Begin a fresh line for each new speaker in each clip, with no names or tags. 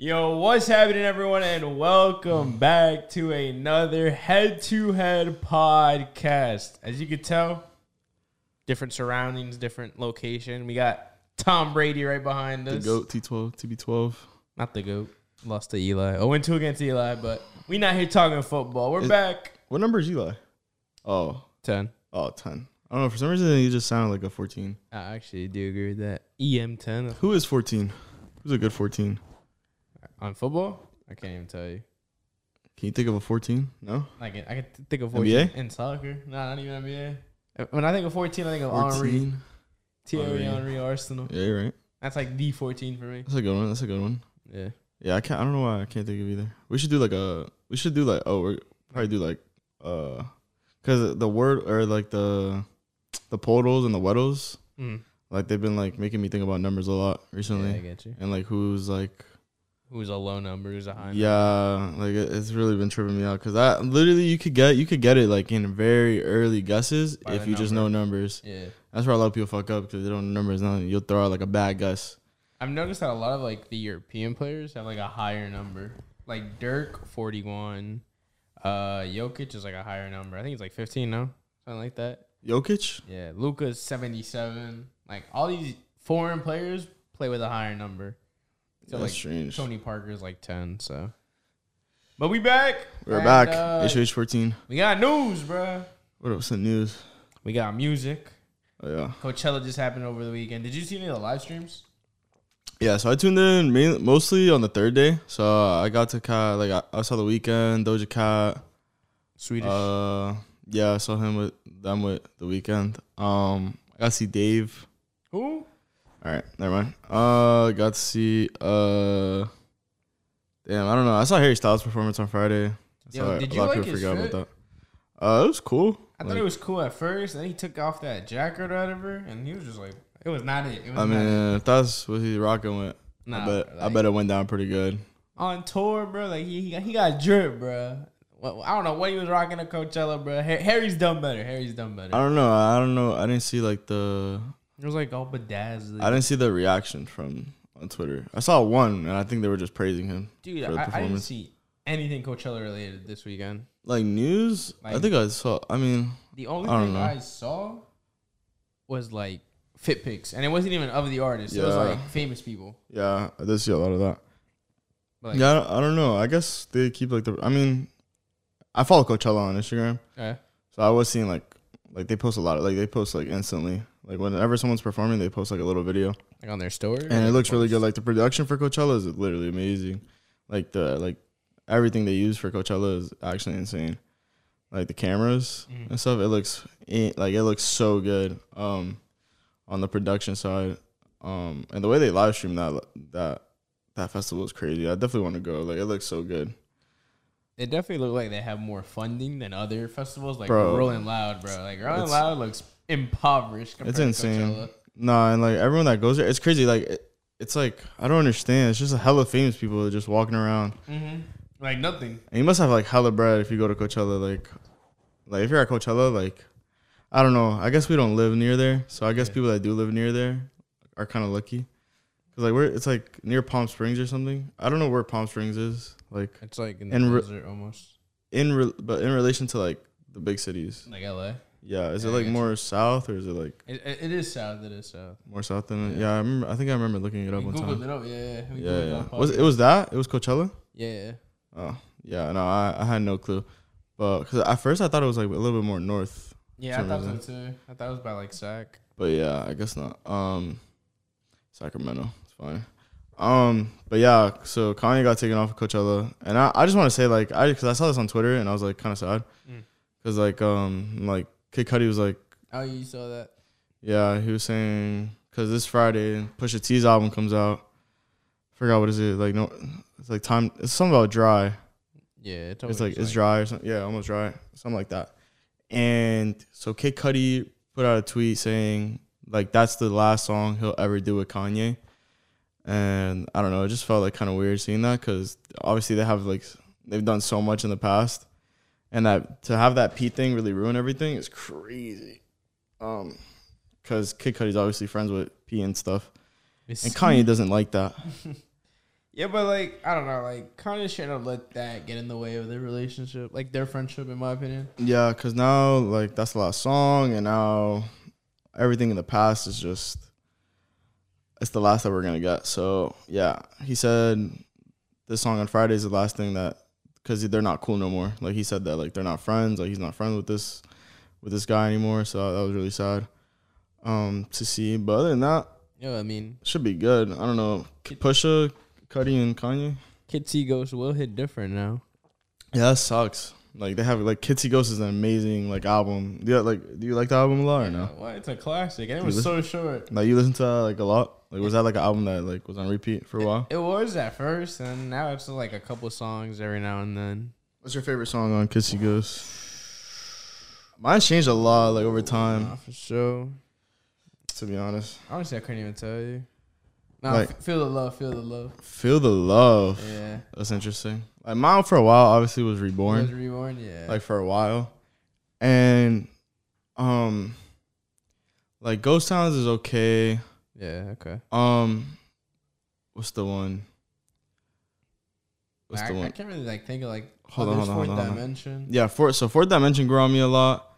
Yo, what's happening, everyone, and welcome back to another head to head podcast. As you can tell, different surroundings, different location. We got Tom Brady right behind us.
The GOAT, T12, TB12.
Not the GOAT. Lost to Eli. 0 2 against Eli, but we not here talking football. We're
Is-
back.
What number is Eli? Oh,
10.
oh, 10. I don't know. For some reason, he just sounded like a 14.
I actually do agree with that. E EM10
Who is 14? Who's a good 14?
on football? I can't even tell you.
Can you think of a 14? No?
I can, I can th- think of 14
NBA?
in soccer. No, not even NBA. Uh, When I think of 14, I think of Henri,
14?
Thierry
Henry.
Henry, Arsenal.
Yeah, you're right.
That's like the 14 for me.
That's a good one. That's a good one.
Yeah.
Yeah, I can't. I don't know why I can't think of either. We should do like a. We should do like. Oh, we're probably do like. Uh, because the word or like the, the portals and the weddles,
Mm.
like they've been like making me think about numbers a lot recently,
Yeah, I get you.
and like who's like
Who's a low number? Who's a high number?
Yeah, like it- it's really been tripping me out because I literally you could get you could get it like in very early guesses
By
if
the
you just know numbers.
Yeah.
That's where a lot of people fuck up because they don't know numbers. Now you'll throw out like a bad guess.
I've noticed that a lot of like the European players have like a higher number. Like Dirk, 41. Uh, Jokic is like a higher number. I think it's like 15, no? Something like that.
Jokic,
Yeah. Luca's 77. Like all these foreign players play with a higher number. So
that's
like
strange.
Tony Parker's like 10, so. But we back.
We're
And,
back.
uh,
HH fourteen.
we got news, bruh.
What else in news?
We got music.
Oh yeah,
Coachella just happened over the weekend. Did you see any of the live streams?
yeah. So I tuned in mainly, mostly on the third day. So uh, I got to Cat like I, I saw the weekend Doja Cat.
Swedish.
Uh, yeah, I saw him with them with the weekend. Um, I got to see Dave.
Who?
All right, never mind. Uh, got to see. Uh, damn, I don't know. I saw Harry Styles' performance on Friday. That's
Yo,
how I-
did
a
you
lot
like
of people
his
forgot
fit?
about that. Uh, it was cool.
I
Like,
thought it was cool at first, then he took off that jacket or whatever, and he was just like, "It was not it." It was not
I
it.
mean, if that's what he's rocking with,
Nah,
I bet
bro,
I
like-
bet it went down pretty good.
on tour, bro. Like he he got, he got drip, bro. Well, I don't know what he was rocking at Coachella, bro. Ha- Harry's done better. Harry's done better.
I don't know. I don't know. I didn't see like the
It was like all bedazzled,
I didn't see the reaction from on Twitter. I saw one, and I think they were just praising him.
dude.
for the
I, I didn't
performance.
see anything Coachella related this weekend.
Like news, I
Like-
think I saw. I mean,
The only
I don't
thing
know.
I saw was like fit pics, and it wasn't even of the artist. It was
Yeah.
like famous people.
yeah, I did see a lot of that.
But, like,
yeah, I don't- I don't know. I guess they keep like the. I mean, I follow Coachella on Instagram,
eh.
so I was seeing like like they post a lot of like they post like instantly. Like whenever someone's performing, they post like a little video,
like on their story,
and it looks really good. Like the production for Coachella is literally amazing. Like the like everything they use for Coachella is actually insane. Like the cameras
Mhm.
and stuff, it looks in- like it looks so good. Um, on the production side, um, and the way they live stream that that that festival is crazy. I definitely want to go. Like it looks so good.
It definitely look like they have more funding than other festivals, like
Bro.
Rolling Loud, bro. Like Rolling
It's-
Loud looks impoverished. Compared
It's insane.
To Coachella.
Nah, and like everyone that goes there, it's crazy. Like it, it's like I don't understand. It's just a hella famous people just walking around.
Mm-hmm. Like nothing.
And you must have like hella bread if you go to Coachella. Like, like if you're at Coachella, like I don't know. I guess we don't live near there, so I guess
Yeah.
people that do live near there are kind of lucky. Cause like we're it's like near Palm Springs or something. I don't know where Palm Springs is. Like
It's like in
the And re-
desert almost,
in re- but in relation to like the big cities.
like LA.
Yeah, is
Yeah,
it
I
like
got
more south or is it like
It, it, it is south. It is south.
more south than? Yeah, I remember. I think I remember looking it
We
up one time.
googled it up. Yeah, yeah. We
Yeah,
googled it
yeah.
up.
Was it, it was that? It was Coachella.
Yeah, yeah.
Oh, yeah. No, I, I had no clue, but because at first I thought it was like a little bit more north,
Yeah, I
For some
thought so too. I thought it was by like Sac.
but yeah, I guess not. Um, Sacramento, it's fine. Um, but yeah, so Kanye got taken off of Coachella, and I, I just want to say like I because I saw this on Twitter and I was like kind of sad
Mm.
because like um like Kid Cudi was like
Oh, you saw that?
yeah he was saying because this Friday Pusha T's album comes out. Forgot what is it like no it's like time it's something about dry.
Yeah,
It's like it's dry or something. Yeah, almost dry, something like that. And so Kid Cudi put out a tweet saying like that's the last song he'll ever do with Kanye. And I don't know, it just felt like kind of weird seeing that because obviously they have like they've done so much in the past, and that to have that Pete thing really ruin everything is crazy. Um, because Kid Cudi's obviously friends with P and stuff, and Kanye doesn't like that.
Yeah, but like I don't know, like Kanye shouldn't have let that get in the way of their relationship, like their friendship, in my opinion.
Yeah, because now like that's the last song, and now everything in the past is just it's the last that we're gonna get. So yeah, he said this song on Friday is the last thing that because they're not cool no more. Like he said that like they're not friends. Like he's not friends with this with this guy anymore. So that was really sad um to see. But other than that,
You know what I mean?
should be good. I don't know. Pusha, Cudi, and Kanye.
Kitsy Ghost will hit different now.
Yeah, that sucks. Like they have like Kitsy Ghost is an amazing like album. Yeah, like do you like the album a lot or no?
What? It's a classic, and it
You
was so short.
Like you listen to that like a lot. Like was that like an album that like was on repeat for a while?
It was at first, and now it's like a couple songs every now and then.
What's your favorite song on Kitsy Ghost? Mine's changed a lot like over
Nah,
time.
for sure.
To be honest,
Honestly, I couldn't even tell you. Nah,
Like-
f- feel the love, feel the love.
Feel the Love.
Yeah,
That's interesting. Like mine for a while obviously was
Born.
Reborn.
was reborn. Yeah,
like for a while. And um like Ghost Towns is okay.
yeah, okay.
Um what's the one? What's
I,
the
I
one?
can't really like think of like
Hold
oh,
on,
there's
hold on,
fourth
hold on, hold on.
dimension.
Yeah, fourth so fourth dimension grew on me a lot.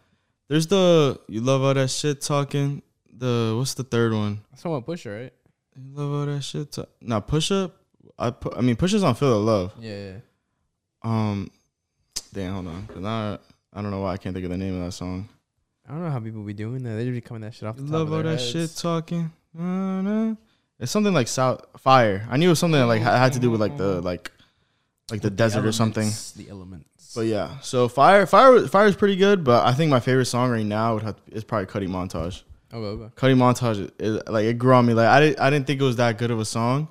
There's the you love all that shit talking. The what's the third one?
Someone push her, right?
You love all that shit. Talk. Now push up. I pu- I mean push is on feel the love.
Yeah.
Um, damn, hold on. 'Cause Now I, I don't know why I can't think of the name of that song.
I don't know how people be doing that. They just be coming that shit off the
You
top
love
of
all
their
that
heads.
shit talking. Na-na. It's something like South Fire. I knew it was something that like ha- had to do with like the like like the desert or something.
elements, The elements.
But yeah, so Fire Fire Fire is pretty good, but I think my favorite song right now would have to, is probably Cutting Montage.
okay, okay.
Cutting Montage is, is- like it grew on me. Like I didn't I didn't think it was that good of a song.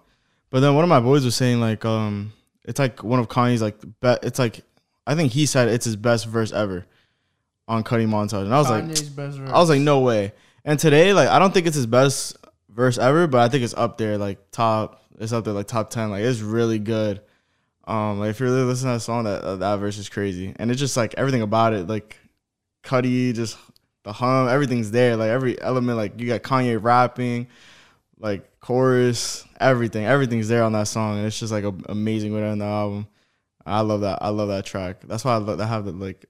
But then one of my boys was saying like um it's like one of Kanye's like be- it's like I think he said it's his best verse ever on Cutting Montage. And I was like
Kanye's best verse.
I was like, no way. And today, like, I don't think it's his best verse ever, but I think it's up there, like top. It's up there, like top ten. Like, it's really good. Um, like if you're really listening to that song, that that verse is crazy, and it's just like everything about it, like Cuddy, just the hum, everything's there. Like every element, like you got Kanye rapping, like chorus, everything, everything's there on that song, and it's just like a, amazing way to end the album. I love that. I love that track. That's why I, love, I have the like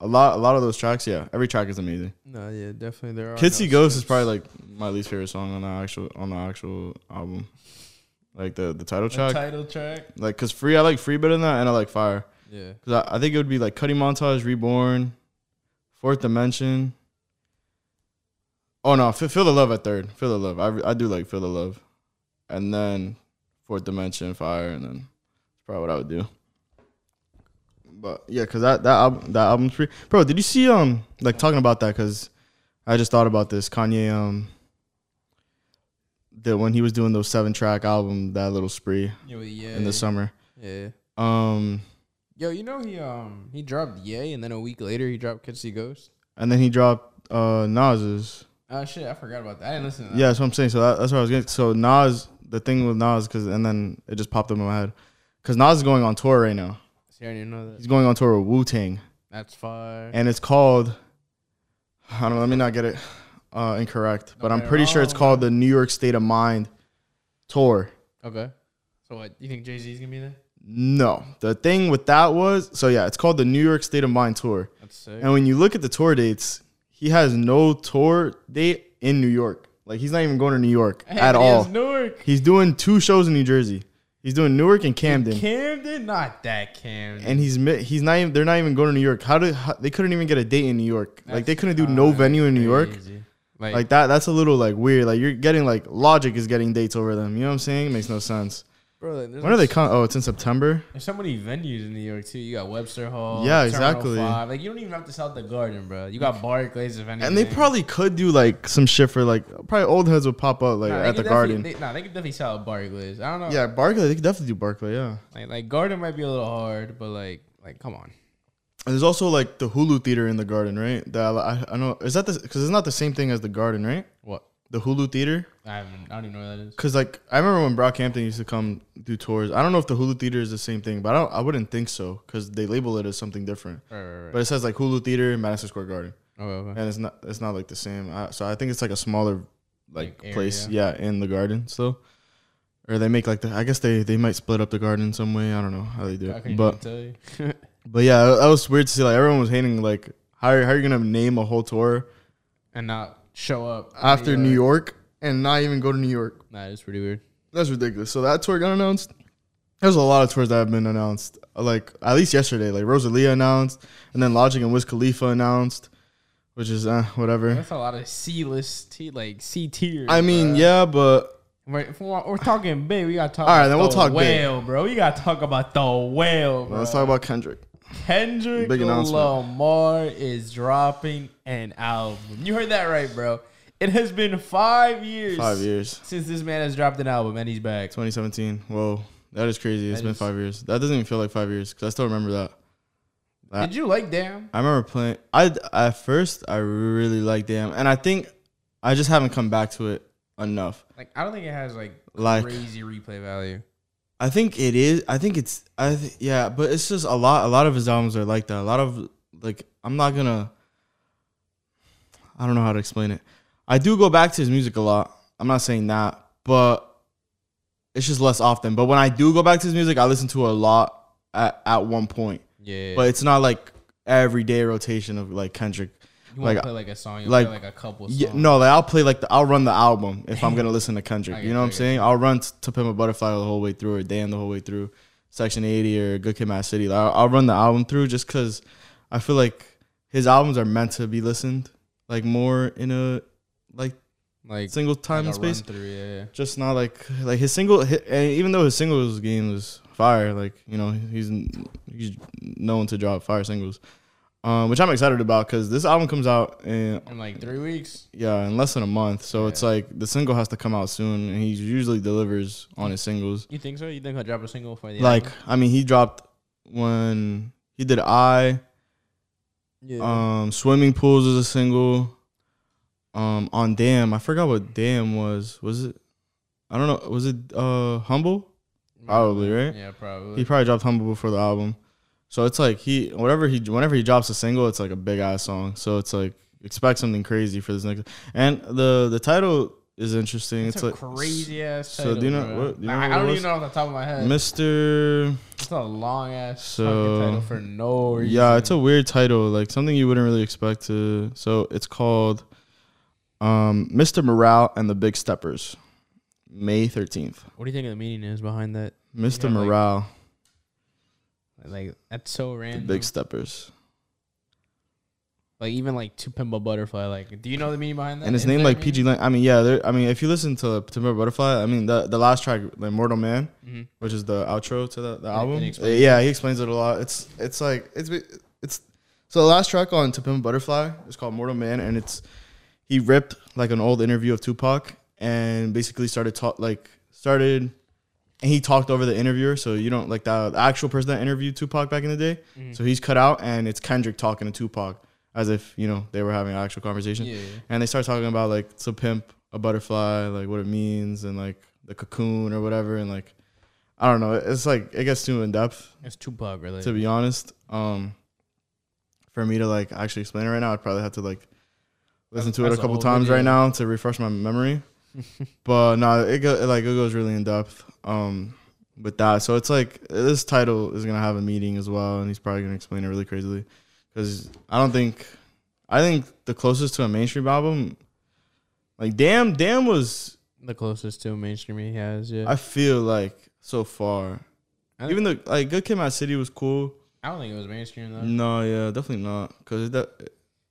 a lot, a lot of those tracks. Yeah, every track is amazing.
no, yeah, definitely there are.
Kitsy
no
Ghost is
skips.
probably like my least favorite song on the actual on the actual album, like the the title
The
track.
title track.
like, cause free, I like free better than that, and I like fire.
Yeah.
Cause I, I think it would be like Cutting Montage, Reborn, Fourth Dimension. Oh no, Fe- Feel the Love at third. Feel the Love. I re- I do like Feel the Love, and then Fourth Dimension, Fire, and then that's probably what I would do. But yeah, cause that that album that album's pretty. Bro, did you see um like talking about that? Cause I just thought about this. Kanye um. That when he was doing those seven track album, that little spree
Yeah. well, yeah.
in the summer.
Yeah.
Um,
Yo, you know he um he dropped Yay, and then a week later he dropped Kitsy Ghost.
and then he dropped uh Nas's.
Oh shit, I forgot about that. I didn't listen to that.
Yeah, that's what I'm saying. So that, that's what I was getting. So Nas, the thing with Nas, because and then it just popped up in my head, because Nas is going on tour right now.
See, I didn't know that.
He's going on tour with Wu Tang,
That's fire.
and it's called. I don't know. Let me not get it uh, incorrect, but I'm
Okay,
pretty sure it's
wrong.
called the New York State of Mind tour.
okay. So what? You think Jay Z's gonna be there?
No, the thing with that was so yeah, it's called the New York State of Mind tour.
That's sick.
And when you look at the tour dates, he has no tour date in New York. Like he's not even going to New York at
Hey,
all.
it's Newark.
He's doing two shows in New Jersey. He's doing Newark and Camden,
Camden, not that Camden.
and he's mi- he's not even they're not even going to New York. How did how, they couldn't even get a date in New York? like they couldn't do no
That's
venue in New York.
crazy. Like,
Like that that's a little like weird. Like you're getting like Logic is getting dates over them. You know what I'm saying? makes no sense.
bro, like, there's
When are they coming? Oh, it's in September.
There's so many venues in New York too. You got Webster Hall.
Yeah,
Terminal
exactly.
Five. Like you don't even have to sell the garden, bro. You got Barclays if anything.
And they probably could do like some shit for like probably old heads would pop up like
Nah, they
at
could
the
definitely-
Garden.
They, nah, they could definitely sell at Barclays. I don't know.
yeah, Barclay. They could definitely do Barclay. Yeah.
like, like garden might be a little hard, but like like come on.
And there's also like the Hulu Theater in the Garden, right? That I, I know is that the because it's not the same thing as the Garden, right?
What?
The Hulu Theater.
I haven't. I don't even know what that is.
Cause like I remember when Brockhampton used to come do tours. I don't know if the Hulu Theater is the same thing, but I don't. I wouldn't think so because they label it as something different.
Right, right, right.
But it says like Hulu Theater, Madison Square Garden,
okay, okay.
and it's not. It's not like the same. I, so I think it's like a smaller, like,
Like
place.
area.
Yeah, in the garden still. or they make like the. I guess they they might split up the garden in some way. I don't know how they do
I
it,
couldn't
but
tell you.
but yeah, that was weird to see. Like everyone was hating. Like how are, how are you gonna name a whole tour
and not show up
after New York and not even go to New York?
Nah, it's pretty weird.
That's ridiculous. So that tour got announced. There's a lot of tours that have been announced. Like at least yesterday, like Rosalia announced, and then Logic and Wiz Khalifa announced, which is eh, whatever.
That's a lot of C list, T like C tier.
I mean, yeah, but
we're, if we're, we're talking big. We gotta talk.
All
All
right,
right,
then
about
we'll
the
talk big.
whale, bro. We gotta talk about the whale, bro.
let's talk about Kendrick.
Kendrick
Big announcement.
Lamar is dropping an album. You heard that right, bro. It has been five years,
Five years,
since this man has dropped an album, and he's back.
2017. Whoa, that is crazy. It's
That
been
is-
five years. That doesn't even feel like five years because I still remember that. That-
Did you like Damn?
I remember playing. I at first I really liked Damn, and I think I just haven't come back to it enough.
Like, I don't think it has like
Like
crazy replay value.
I think it is. I think it's. I th- yeah, but it's just a lot. A lot of his albums are like that. A lot of like I'm not gonna. I don't know how to explain it. I do go back to his music a lot. I'm not saying that, but it's just less often. But when I do go back to his music, I listen to a lot at, at one point.
Yeah,
But it's not like everyday rotation of like Kendrick.
you want to
like,
play like a song, you
like-
like, play like a couple songs.
Yeah, no, like I'll play like the, I'll run the album if I'm gonna listen to
I
Kendrick.
get
You know what
you,
I'm
I get
saying? I'll run t- to Pimp a Butterfly the whole way through, or Dan the whole way through, Section 80 or Good Kid, Mad City. Like, I'll, I'll run the album through just because I feel like his albums are meant to be listened like more in a like
like
single time
like
and
a
space.
run through, yeah.
Just not like like his single. hi and even though his singles game is fire, like you know he's he's known to drop fire singles, um, which I'm excited about because this album comes out in
In like three weeks.
yeah, in less than a month. So it's like the single has to come out soon, and he usually delivers on his singles.
You think so? You think he'll drop a single for the
Like,
album?
I mean, he dropped when he did "I,"
yeah.
um, "Swimming Pools" is a single. Um, on "Damn," I forgot what "Damn" was. Was it? I don't know. Was it uh "Humble"? Probably right.
Yeah, probably.
He probably dropped "Humble" before the album. So it's like he whatever he whenever he drops a single, it's like a big ass song. So it's like expect something crazy for this next. And the the title is interesting.
it's,
It's,
a
like
crazy ass.
so do you know what- do you know
I, I
what it
don't
was?
even know off the top of my head.
Mr.
It's a long ass
So-
title for no reason.
Yeah, it's a weird title, like something you wouldn't really expect to. So it's called um, Mr. Morale and the Big Steppers, May 13th.
What do you think the meaning is behind that?
Mr.
Yeah, like-
Morale,
Like that's so
the
random.
Big Steppers.
like even like two pinball butterfly. Like, do you know the meaning behind that?
And it's
Is
named
there a
like PG Lang. I mean, yeah, there- I mean, if you listen to Timber Butterfly, I mean, the, the last track, like Mortal Man,
meaning?
which is the outro to the, the
it
album. Uh,
explains
yeah, he explains it a lot. It's it's like it's it's so the last track on To Pimp a Butterfly is called Mortal Man, and it's he ripped like an old interview of Tupac and basically started talk like started and he talked over the interviewer, so you don't like the, the actual person that interviewed Tupac back in the day. So he's cut out, and it's Kendrick talking to Tupac as if you know they were having an actual conversation.
Yeah.
And they start talking about like to pimp a butterfly, like what it means, and like the cocoon or whatever, and like I don't know. It's like it gets too in depth
It's Tupac related.
to be honest. Um, for me to like actually explain it right now, I'd probably have to like listen
That's-
to it a
that's a
couple
whole
times
video.
right now to refresh my memory. but no, it go, it, like it goes really in depth. Um, with that, so it's like this title is gonna have a meeting as well, and he's probably gonna explain it really crazily because I don't think I think the closest to a mainstream album, like damn, damn was
the closest to mainstream he has. Yeah.
I feel like so far.
I-
Even though like Good Kid, Mad City was cool.
I don't think it was mainstream though.
No, yeah, definitely not. Cause it, de-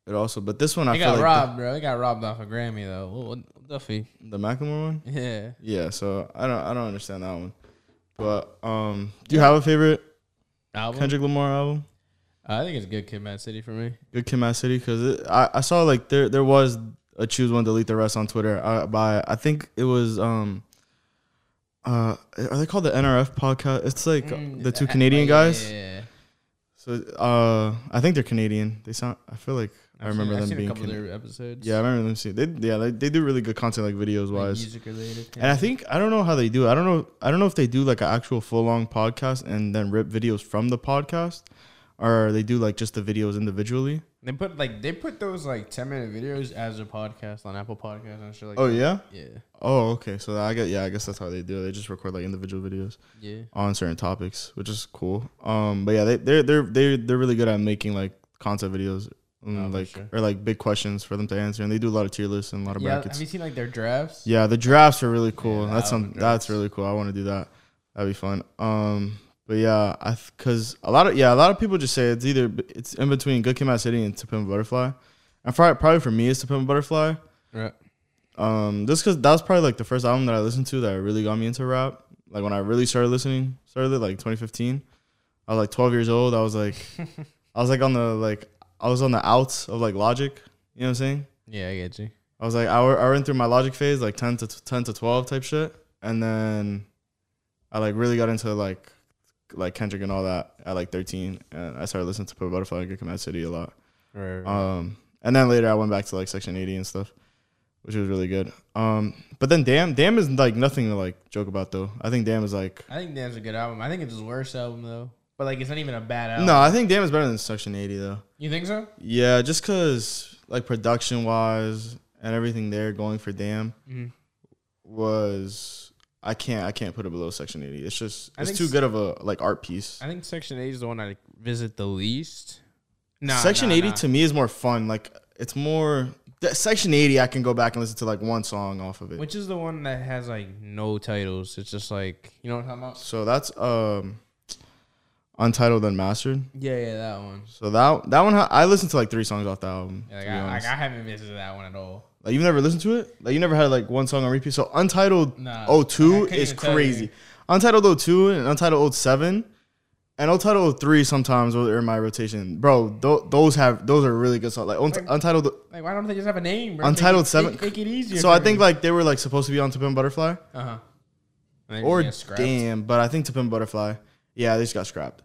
it also, but this one I
They
feel
got
like
robbed, bro. They got robbed off a Grammy though. What- what- Duffy.
the, the Macklemore one.
Yeah.
Yeah, so I don't, I don't understand that one. But um, do you have a favorite
Album.
Kendrick Lamar album?
I think it's good Kid, Mad City for me.
Good Kid, Mad City. Cause it, I, I saw like there, there was a choose one, delete the rest on Twitter. I, by I think it was um, uh, are they called the NRF podcast? It's like uh, the two Canadian guys.
Mm, Yeah.
So uh, I think they're Canadian. They sound. I feel like i remember
I've
them
seen
being.
a couple
Canadian.
of their episodes.
Yeah, I remember them seeing. They, yeah, they, they do really good content like videos
like
wise.
music related.
And I think I don't know how they do. it. I don't know. I don't know if they do like an actual full long podcast and then rip videos from the podcast. or they do like just the videos individually.
They put like they put those like ten minute videos as a podcast on Apple Podcasts and shit like
Oh
that.
yeah.
yeah.
Oh okay. So I get yeah. I guess that's how they do. it. They just record like individual videos
Yeah.
on certain topics, which is cool. Um, but yeah, they they're they're they're they're really good at making like concept videos.
Oh,
mm,
for
like
sure.
or like big questions for them to answer, and they do a lot of tier lists and a lot of
Yeah,
brackets.
have you seen like their drafts?
Yeah, the drafts are really cool.
Yeah, the
that's some.
album drafts.
That's really cool. I want to do that. That'd be fun. Um, but yeah, I because a lot of yeah, a lot of people just say it's either it's in between Good Kid, Mad City and To Pimp a Butterfly, and for, probably for me it's To Pimp a Butterfly.
Right.
Um, just because that was probably like the first album that I listened to that really got me into rap. Like when I really started listening, started it like 2015. I was like 12 years old. I was like, I was like on the like I was on the outs of like Logic. You know what I'm saying?
Yeah, I get you.
I was like, I, wa- I went through my logic phase, like 10 to 10 to 12 type shit. And then I like really got into like, like Kendrick and all that at like 13. And I started listening to Put Butterfly and Good Command City a lot.
Right, right, right.
Um, and then later I went back to like Section 80 and stuff, which was really good. Um, but then Damn, Damn is like nothing to like joke about though. I think Damn is like,
I think Damn's a good album. I think it's his worst album though. But like it's not even a bad album.
no, I think Damn is better than Section 80 though.
You think so?
Yeah, just cause like production wise and everything there going for Damn
Mhm.
was I can't I can't put it below Section 80. It's just
I
it's
think
too
s- Uh,
good of a like art piece.
I think Section 8 is the one I visit the least. Nah,
Section
nah,
80
nah.
to me is more fun. Like it's more that Section 80 I can go back and listen to like one song off of it.
Which is the one that has like no titles. It's just like you know what I'm talking about?
so that's um Untitled Unmastered.
Yeah, yeah, that one.
So that that one ha- I listened to like three songs off the album.
Yeah,
to
like,
be
I, like
honest.
I haven't visited that one at all.
Like you've never listened to it? Like you never had like one song on repeat. So Untitled
Nah,
oh
I
two
couldn't
02 is
even tell you.
crazy. Untitled 02 and Untitled 07 and Untitled 03 sometimes are in my rotation. Bro, tho- those have those are really good songs. Like Unt- Untitled
Like, why don't they just have a name? Bro?
Untitled
make,
Seven-
Make, make it easier.
So I think like they were like supposed to be on Tapin Butterfly
uh huh.
or
damn.
Damn, but I think Tapin Butterfly. Yeah, they just got scrapped.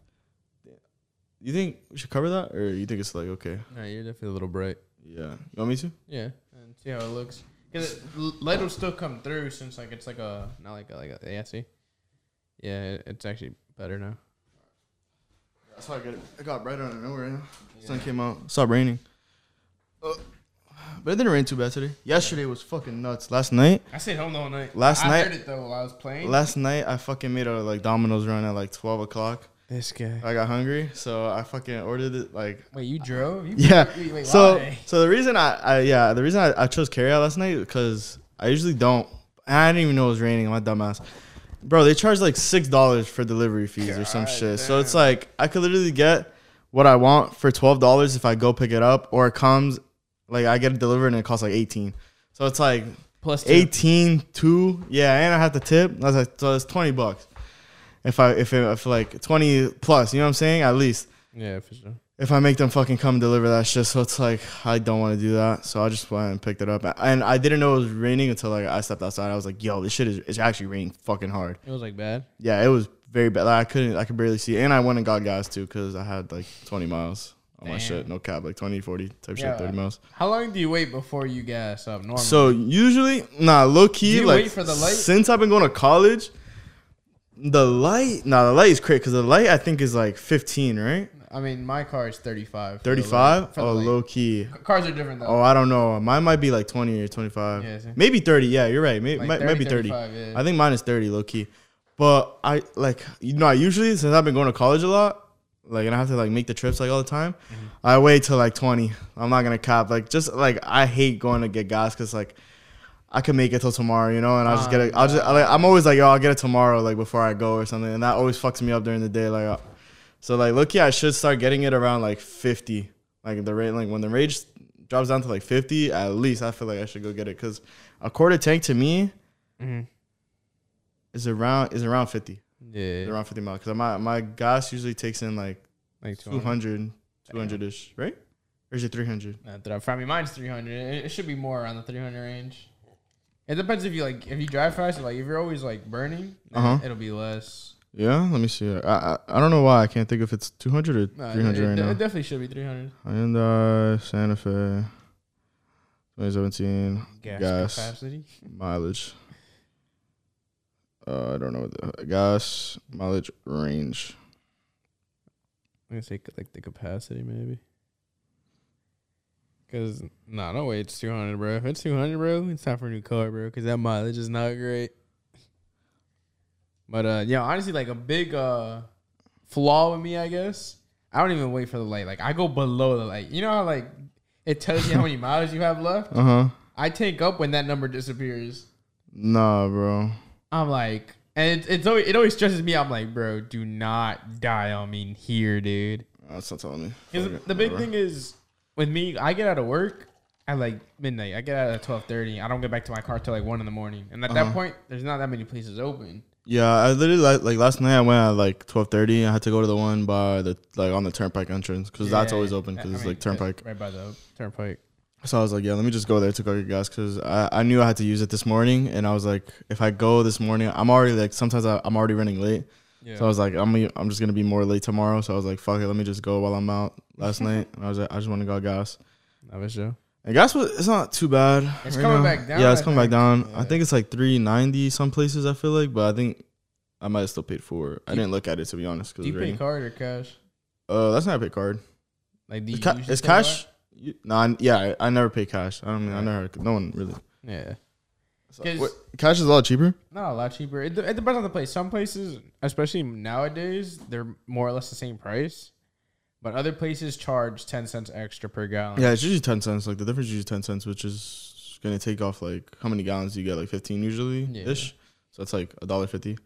You think we should cover that or you think it's like okay.
No, you're definitely a little bright.
Yeah. You want me to?
Yeah, and see how it looks. Cause it, light will still come through since like it's like a not like a, like a yeah see, yeah it, it's actually better now.
That's how I get it. It got bright out of nowhere. Yeah. Sun came out. Stopped raining. Uh, but it didn't rain too bad today. Yesterday was fucking nuts. Last night,
I stayed home the whole night.
Last
I
night-
heard it though while I was playing.
last night I fucking made a like Domino's run at like twelve o'clock.
this guy.
I got hungry, so I fucking ordered it like
Wait, you drove? You
yeah.
Wait, wait,
so
why?
so the reason I, I yeah the reason I, I chose carryout last night because I usually don't. And I didn't even know it was raining. My dumbass, bro. They charge like six dollars for delivery fees or some
God
shit. So it's
damn.
like I could literally get what I want for twelve dollars if I go pick it up, or it comes like I get it delivered and it costs like eighteen. So it's like
Plus two.
18 2 yeah and i have to tip that's like so it's 20 bucks if i if, it, if like 20 plus you know what i'm saying at least
Yeah, for sure.
if i make them fucking come deliver that shit so it's like i don't want to do that so i just went and picked it up and i didn't know it was raining until like i stepped outside i was like yo this shit is it's actually raining fucking hard
It was like bad.
yeah it was very bad like, i couldn't i could barely see and i went and got gas too because i had like 20 miles on my
Damn.
shit no cap like 20 40 type
Yeah.
shit 30 miles
How long do you wait before you gas up? Normally,
So usually, nah, low key.
Do you
like
wait for the light?
since I've been going to college, the light, nah, the light is crazy because the light I think is like fifteen, right?
I mean, my car is thirty-five. for the light-
Thirty-five.
for the
Oh,
light.
low key.
Cars are different though.
Oh, I don't know. Mine might be like twenty or twenty-five,
Yeah, see.
maybe thirty. Yeah, you're right. Maybe
Like
might, might be thirty.
35, yeah.
I think mine is thirty, low key. But I like you know I usually since I've been going to college a lot. Like and I have to like make the trips like all the time. I wait till like twenty. I'm not gonna cap. Like just like I hate going to get gas because like I could make it till tomorrow, you know, and I'll just
Ah,
get it. I'll just, I, like, I'm always like, yo, I'll get it tomorrow, like before I go or something, and that always fucks me up during the day. Like, uh, so like, look, yeah, I should start getting it around like 50, like the rate, like when the rage drops down to like 50, at least I feel like I should go get it because a quarter tank to me
Mhm.
is around is around 50, is
Mm-hmm. yeah,
around 50 miles because my my gas usually takes in like
like 200.
200, 200 ish, right? Or is it 300?
Not that I found. I mean, mine's 300. It it should be more around the 300 range. It depends if you like if you drive fast. Like if you're always like burning, then
Uh-huh.
it'll be less.
Yeah, let me see. I, I I don't know why I can't think if it's 200 or
No, it-
300
it,
right
it
now.
definitely should be 300.
Hyundai Santa Fe 2017
Gas,
Gas.
capacity.
mileage. Uh, I don't know what the gas mileage range.
I'm gonna say like the capacity maybe. Cause nah, no way it's 200, bro. If it's 200, bro, it's time for a new car, bro. Cause that mileage is not great. But uh, yeah, honestly, like a big uh flaw with me, I guess. I don't even wait for the light. Like I go below the light. You know how like it tells you how many miles you have left.
Uh huh.
I take up when that number disappears.
Nah, bro.
I'm like, and it, it's always it always stresses me. I'm like, bro, do not die on me here, dude.
That's not telling me.
'Cause
Fuck it,
the big
whatever.
thing is with me, I get out of work at like midnight. I get out at twelve thirty. I don't get back to my car till like one in the morning. And at that
Uh-huh.
point, there's not that many places open.
Yeah, I literally like, like last night. I went at like twelve thirty. I had to go to the one by the like on the turnpike entrance because that's
Yeah,
always open because
I
it's
mean,
like turnpike.
right by the turnpike.
So I was like, yeah, let me just go there to go get gas because I, I knew I had to use it this morning, and I was like, if I go this morning, I'm already like sometimes I, I'm already running late.
Yeah.
So I was like, I'm gonna- I'm just gonna be more late tomorrow. So I was like, fuck it, let me just go while I'm out. Last night, I was like, I just want to go gas.
that was Joe.
And gas was it's not too bad.
It's coming back down,
Yeah, it's
I
coming back
think.
down.
Yeah.
I think it's like three ninety some places. I feel like, but I think I might have still paid for it. I
Do you-
didn't look at it to be honest. Cause
Do
it
you
was
pay
raining.
card or cash?
Uh, that's not a pay card.
Like do
It's,
you
ca-
usually
it's
pay by-
cash. You, nah, I- yeah, I, I never pay cash. I don't mean I
Right.
never. No one really.
Yeah.
So-
'Cause-
Wait, cash is a lot cheaper.
Not a lot cheaper. It, de- it depends on the place. Some places, especially nowadays, they're more or less the same price, but other places charge ten cents extra per gallon.
Yeah, it's usually ten cents. Like the difference is usually ten cents, which is gonna take off like how many gallons do you get? Like fifteen usually ish. So it's like a dollar fifty,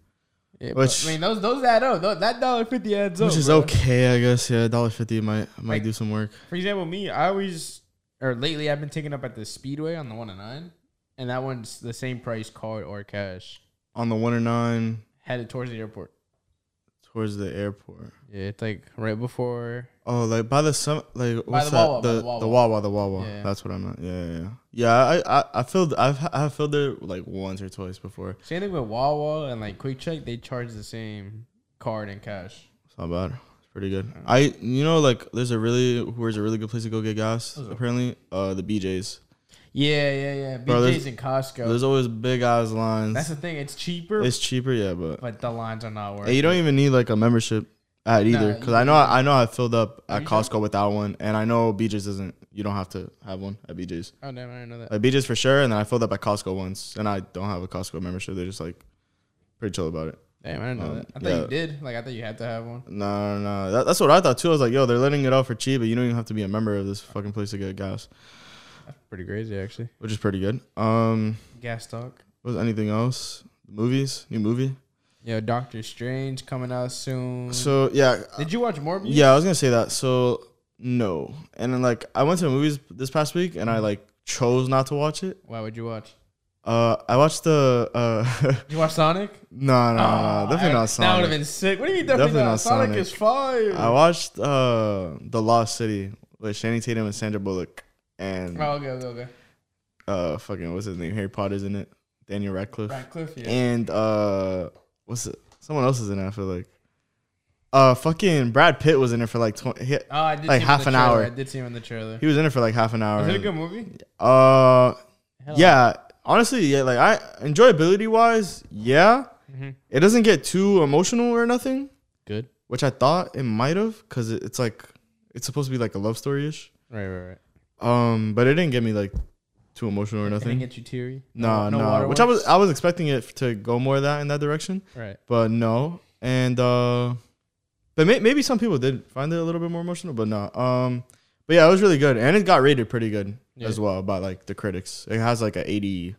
Yeah,
Which-
but, I mean, those those add up. Tho- that dollar fifty adds up.
which is
bro.
okay, I guess. Yeah, dollar fifty might might
Like-
do some work.
For example, me, I always or lately I've been taking up at the Speedway on the one and nine, and that one's the same price, card or cash,
On the one or nine
headed towards the airport.
towards the airport.
Yeah, it's like right before.
Oh, like by the sum, like
By
what's
the
that?
Wawa, by
the,
the
the
Wawa.
Wawa, the Wawa.
Yeah.
That's what I meant. Yeah, yeah, yeah. Yeah, I, I, I filled, I've, I've filled there like once or twice before.
Same thing with Wawa and like Quick Check. They charge the same card and cash.
It's not bad. It's pretty good. I, you know, like there's a really, where's a really good place to go get gas?
Where's that?
Apparently, uh, the BJ's.
Yeah, yeah, yeah.
Bro, there's-
BJ's and Costco.
There's always big ass
That's
lines.
the thing. It's cheaper,
It's cheaper, yeah, but
but the lines are not worth.
and you don't
it.
even need like a membership at either.
you
Cause I know, I know, I filled up
Are
at
you sure?
Costco without one, and I know BJ's doesn't. You don't have to have one at BJ's.
Oh damn! I didn't know that.
Like BJ's for sure, and then I filled up at Costco once, and I don't have a Costco membership. They're just like pretty chill about it.
Damn, I didn't know
um,
that. I thought
yeah.
you did. Like I thought you had to have one.
No, no, no. That, that's what I thought too. I was like, yo, they're letting it out for cheap, but you don't even have to be a member of this fucking place to get gas,
Pretty crazy, actually.
which is pretty good. Um,
Gas talk.
was anything else? Movies, new movie.
Yo, Doctor Strange coming out soon.
So yeah,
Did you watch Morbius?
yeah, I was gonna say that. So no, and then like I went to the movies this past week, and I like chose not to watch it.
Why would you watch?
Uh, I watched the uh,
Did you watch Sonic?
no, no, no,
Aw,
definitely
that-
not
That would
Sonic.
have been sick. What do you mean definitely,
Definitely
not?
not
Sonic,
Sonic.
is fire.
I watched uh The Lost City with Channing Tatum and Sandra Bullock and
oh, okay, okay, okay.
uh fucking what's his name? Harry Potter's in it. Daniel Radcliffe.
Right, Cliff, yeah.
And uh what's it? Someone else is in it, I feel like. Uh fucking Brad Pitt was in it for like twenty he,
oh, I did see
like
him in
half
the
an
trailer.
hour.
I did see him in the trailer.
he was in it for like half an hour.
Was it a good movie?
uh
Hell
yeah. Honestly, yeah, like I enjoyability wise, yeah.
Mhm.
It doesn't get too emotional or nothing,
Good.
which I thought it might have, because it, it's like it's supposed to be like a love story ish.
Right, right, right.
Um, but it didn't get me like too emotional or
Nothing. Didn't
nothing.
get you teary.
No, no.
water
Which I was
works?
I was expecting it to go more of that in that direction,
right.
but no. And uh, but may, maybe some people did find it a little bit more emotional, but no. Um, but yeah, it was really good, and it got rated pretty good
Yeah.
as well by like the critics. It has like a eighty,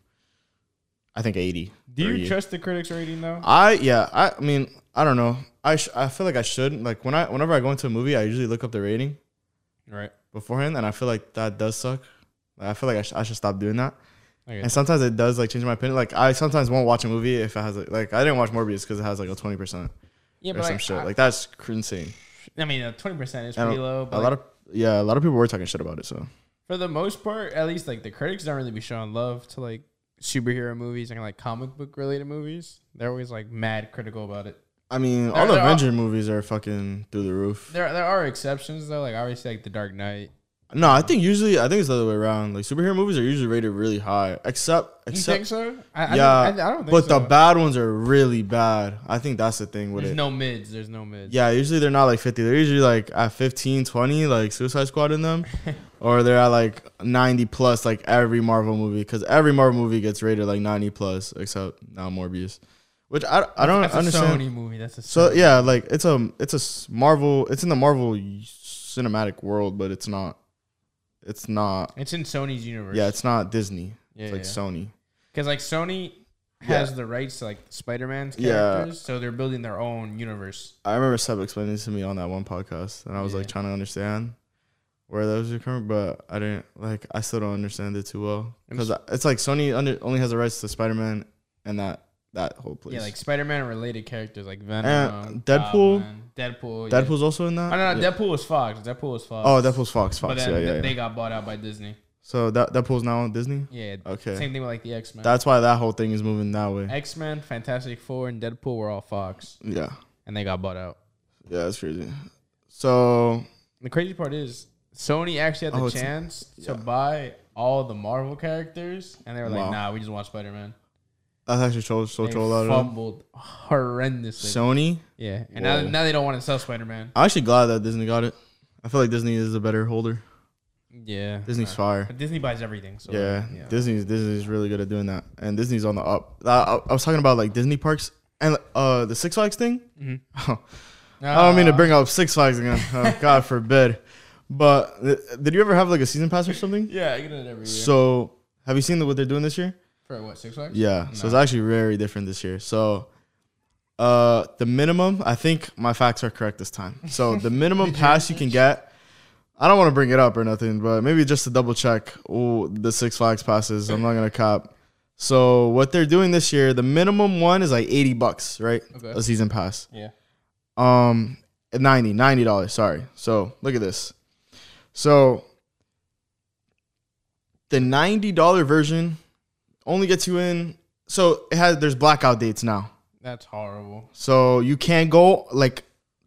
I think eighty.
Do you
30.
trust the critics rating though?
I yeah. I, I mean I don't know. I sh- I feel like I should like when I whenever I go into a movie, I usually look up the rating
Right.
beforehand, and I feel like that does suck. Like, I feel like I, sh- I should stop doing that.
Okay.
And sometimes it does like change my opinion. Like I sometimes won't watch a movie if it has like, like I didn't watch Morbius because it has like a twenty percent
Yeah,
or
but
some
like,
shit.
I,
like that's cr- insane.
I mean, uh, twenty percent is
I
pretty
don't-
low. But
a lot of yeah, a lot of people were talking shit about it. So
for the most part, at least like the critics don't really be showing love to like superhero movies and like comic book related movies. They're always like mad critical about it.
I mean, all the
they're all-
Avenger movies are fucking through the roof.
There there are exceptions though. Like obviously like the Dark Knight.
No, I think usually I think it's the other way around. Like superhero movies are usually rated really high, except
You
except
think so? I,
yeah,
I, don't- I, I don't think
but
so.
the bad ones are really bad. I think that's the thing with
There's
it.
no mids. There's no mids.
yeah, usually they're not like 50. They're usually like at 15, 20, like Suicide Squad in them, or they're at like 90 plus, like every Marvel movie, because every Marvel movie gets rated like 90 plus, except now Morbius, which I, I don't
That's
understand.
a Sony movie. That's a Sony.
So yeah, like it's a it's a s- Marvel. It's in the Marvel cinematic world, but it's not. It's not.
It's in Sony's universe.
Yeah, it's not Disney.
yeah,
it's like Sony.
Because like Sony has the rights to like Spider-Man's
Yeah.
characters, so they're building their own universe.
I remember Seb explaining this to me on that one podcast, and I was
Yeah.
like trying to understand where those are coming, but I didn't like. I still don't understand it too well
I'm
because it's like Sony under, only has the rights to Spider Man and that that whole place.
Yeah, like Spider-Man related characters like
Uh,
Venom,
Deadpool?
Goblin, Deadpool, yeah.
Deadpool's also in that.
Oh, no, no,
Yeah.
Deadpool was Fox. Deadpool was Fox.
Oh, Deadpool's Fox.
But
Fox.
then
Yeah,
th-
yeah. yeah.
they got bought out by Disney.
so that Deadpool's now on Disney.
Yeah.
Okay,
Same thing with like the X Men.
that's why that whole thing is moving that way.
X Men, Fantastic Four, and Deadpool were all Fox,
Yeah.
and they got bought out.
Yeah, that's crazy. So
The crazy part is Sony actually had the
Oh, it's-
chance to
yeah.
buy all the Marvel characters, and they were like,
Wow.
"Nah, we just want Spider Man."
that's actually troll, so
They
troll out of them.
fumbled horrendously.
Sony.
yeah, and now,
Whoa.
now they don't want to sell Spider Man.
I'm actually glad that Disney got it. I feel like Disney is a better holder.
Yeah,
Disney's
Uh,
fire.
But Disney buys everything. So
Yeah,
yeah.
Disney's Disney's really good at doing that, and Disney's on the up. I, I, I was talking about like Disney parks and uh the Six Flags thing.
Mhm.
I don't mean to
Uh,
bring up Six Flags again. Oh, God forbid. But th- did you ever have like a season pass or something?
Yeah, I get it every year.
So have you seen what they're doing this year?
for what Six Flags?
Yeah. So it's
No.
actually very different this year. So uh the minimum, I think my facts are correct this time. So the minimum pass you can get, I don't want to bring it up or nothing, but maybe just to double check ooh, the Six Flags passes. I'm not gonna cop. So what they're doing this year, the minimum one is like 80 bucks, right?
Okay.
A season pass.
Yeah.
Um 90, 90 dollars, sorry. So look at this. So the $90 version only gets you in so it has there's blackout dates now.
That's horrible.
So you can't go like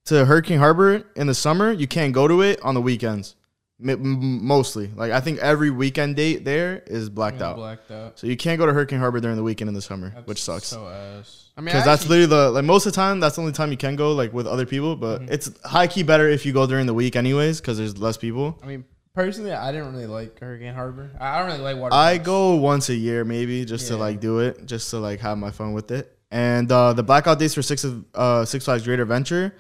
to Hurricane Harbor in the summer. You can't go to it on the weekends, M- m- mostly. Like I think every weekend date there is blacked out.
Blacked out.
So you can't go to Hurricane Harbor during the weekend in the summer,
That's
which sucks.
So ass. I mean,
Because that's literally the like most of the time that's the only time you can go like with other people, but
Mm-hmm.
it's high key better if you go during the week anyways because there's less people.
I mean, personally, I didn't really like Hurricane Harbor. I I don't really like water.
I
parks.
go once a year maybe just to
Yeah.
like do it, just to like have my fun with it. And uh, the blackout dates for Six of uh, Six Flags Great Adventure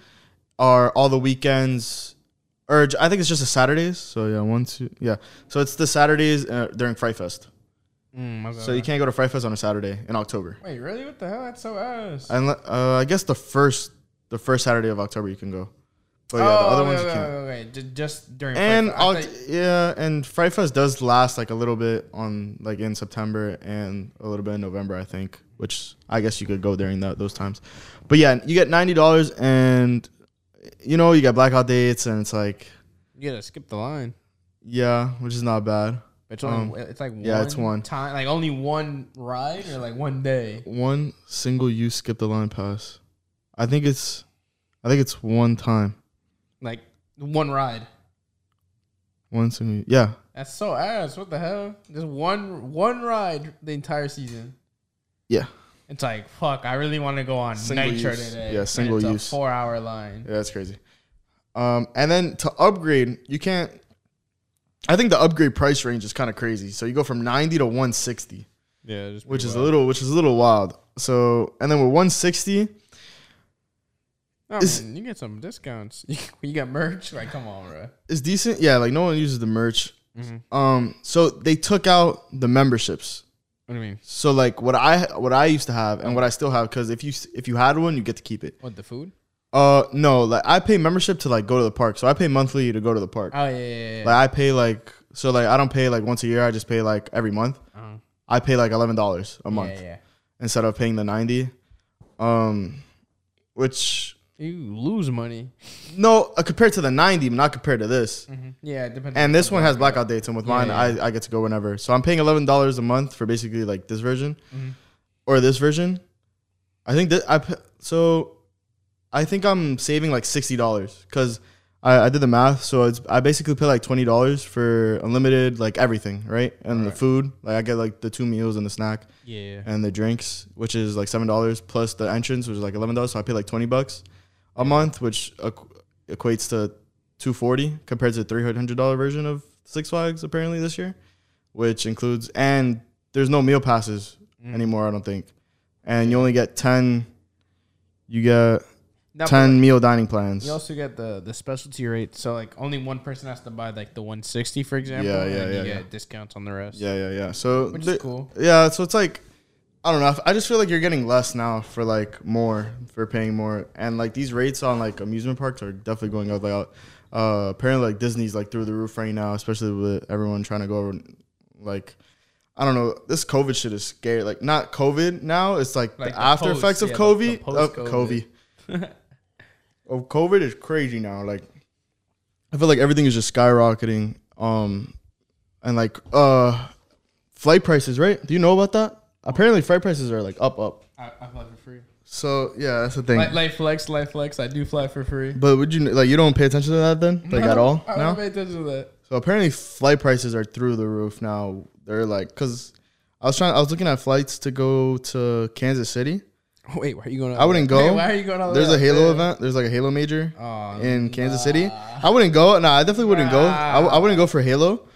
are all the weekends, or j- I think it's just the Saturdays. So yeah, one two yeah. So it's the Saturdays uh, during Fright Fest.
Mm, okay.
So you can't go to Fright Fest on a Saturday in October.
Wait, really? What the hell? That's so ass.
And uh, I guess the first the first Saturday of October you can go, but
Oh,
yeah, the other ones you can't.
Just, just during
and
Fright Fest. I
Oct-
thought-
yeah, and Fright Fest does last like a little bit on like in September and a little bit in November, I think. Which I guess you could go during that those times, but yeah, you get ninety dollars, and you know you get blackout dates, and it's like
you gotta skip the line.
yeah, which is not bad.
It's only
Um,
it's like one
yeah, it's one.
time, like only one ride or like one day.
One single use skip the line pass, I think it's, I think it's one time.
Like one ride.
One single yeah,
That's so ass. What the hell? Just one one ride the entire season.
Yeah.
It's like fuck. I really want to go on
Single
Nitro
use.
today.
Yeah,
and
single
it's
use.
A four hour line.
Yeah, that's crazy. Um, and then to upgrade, you can't. I think the upgrade price range is kind of crazy. So you go from ninety to one sixty,
Yeah,
which is a little, which is a little wild. So and then with one sixty,
I
is-
mean, Oh, you get some discounts. you got merch. Like, come on, bro.
is decent. Yeah, like no one uses the merch.
Mhm.
Um, so they took out the memberships.
What do you mean?
So like what I what I used to have and what I still have because if you if you had one, you get to keep it.
What the food?
Uh, no, like I pay membership to like go to the park. So I pay monthly to go to the park.
Oh yeah, yeah, yeah.
Like I pay like so like I don't pay like once a year. I just pay like every month.
Uh-huh.
I pay like eleven dollars a month
Yeah, yeah.
instead of paying the ninety. Um, which
You lose money.
no uh, compared to the ninety, but not compared to this.
Mm-hmm. Yeah, it depends.
And this one has blackout dates, and with
Yeah,
mine,
yeah.
I, I get to go whenever. So I'm paying eleven dollars a month for basically like this version,
Mhm.
or this version. I think that I p- so, I think I'm saving like sixty dollars because I, I did the math, so it's I basically pay like twenty dollars for unlimited, like everything, right? And the
Right.
food, like I get like the two meals and the snack
Yeah.
and the drinks, which is like seven dollars plus the entrance, which is like eleven dollars. So I pay like twenty bucks a month, which equ- equates to two forty compared to the three hundred dollar version of Six Flags apparently this year, which includes and there's no meal passes
Mm.
anymore. I don't think, and you only get ten. You get
Now,
ten meal dining plans.
You also get the the specialty rate, so like only one person has to buy like the 160, for example.
Yeah,
and
yeah,
then you
yeah,
get
yeah.
discounts on the rest.
Yeah, yeah, yeah. So
Which
the-
is cool.
Yeah, so it's like I don't know. I f- I just feel like you're getting less now for like more for paying more, and like these rates on like amusement parks are definitely going up. Like uh, apparently, like Disney's like through the roof right now, especially with everyone trying to go. over, Like I don't know, this COVID shit is scary. Like not COVID now, it's like,
Like
the,
the
after
post-
effects of
yeah, the- the
COVID. of
post-COVID.
COVID. oh, COVID is crazy now. Like I feel like everything is just skyrocketing. Um, and like uh, flight prices, right? Do you know about that? Apparently, flight prices are like up, up.
I, I fly for free.
So yeah, that's the thing.
Light, light flex, light flex. I do fly for free.
but would you like you don't pay attention to that then, like at all?
I don't
No.
pay attention to that.
So apparently, flight prices are through the roof now. They're like, cause I was trying, I was looking at flights to go to Kansas City.
Wait, why are you going?
I wouldn't
Hey,
go.
why are you going? All Oh,
There's
that?
a Halo
Yeah.
event. There's like a Halo major
Aw,
in Kansas City. I wouldn't go. Nah, I definitely wouldn't go. I, I wouldn't go for Halo.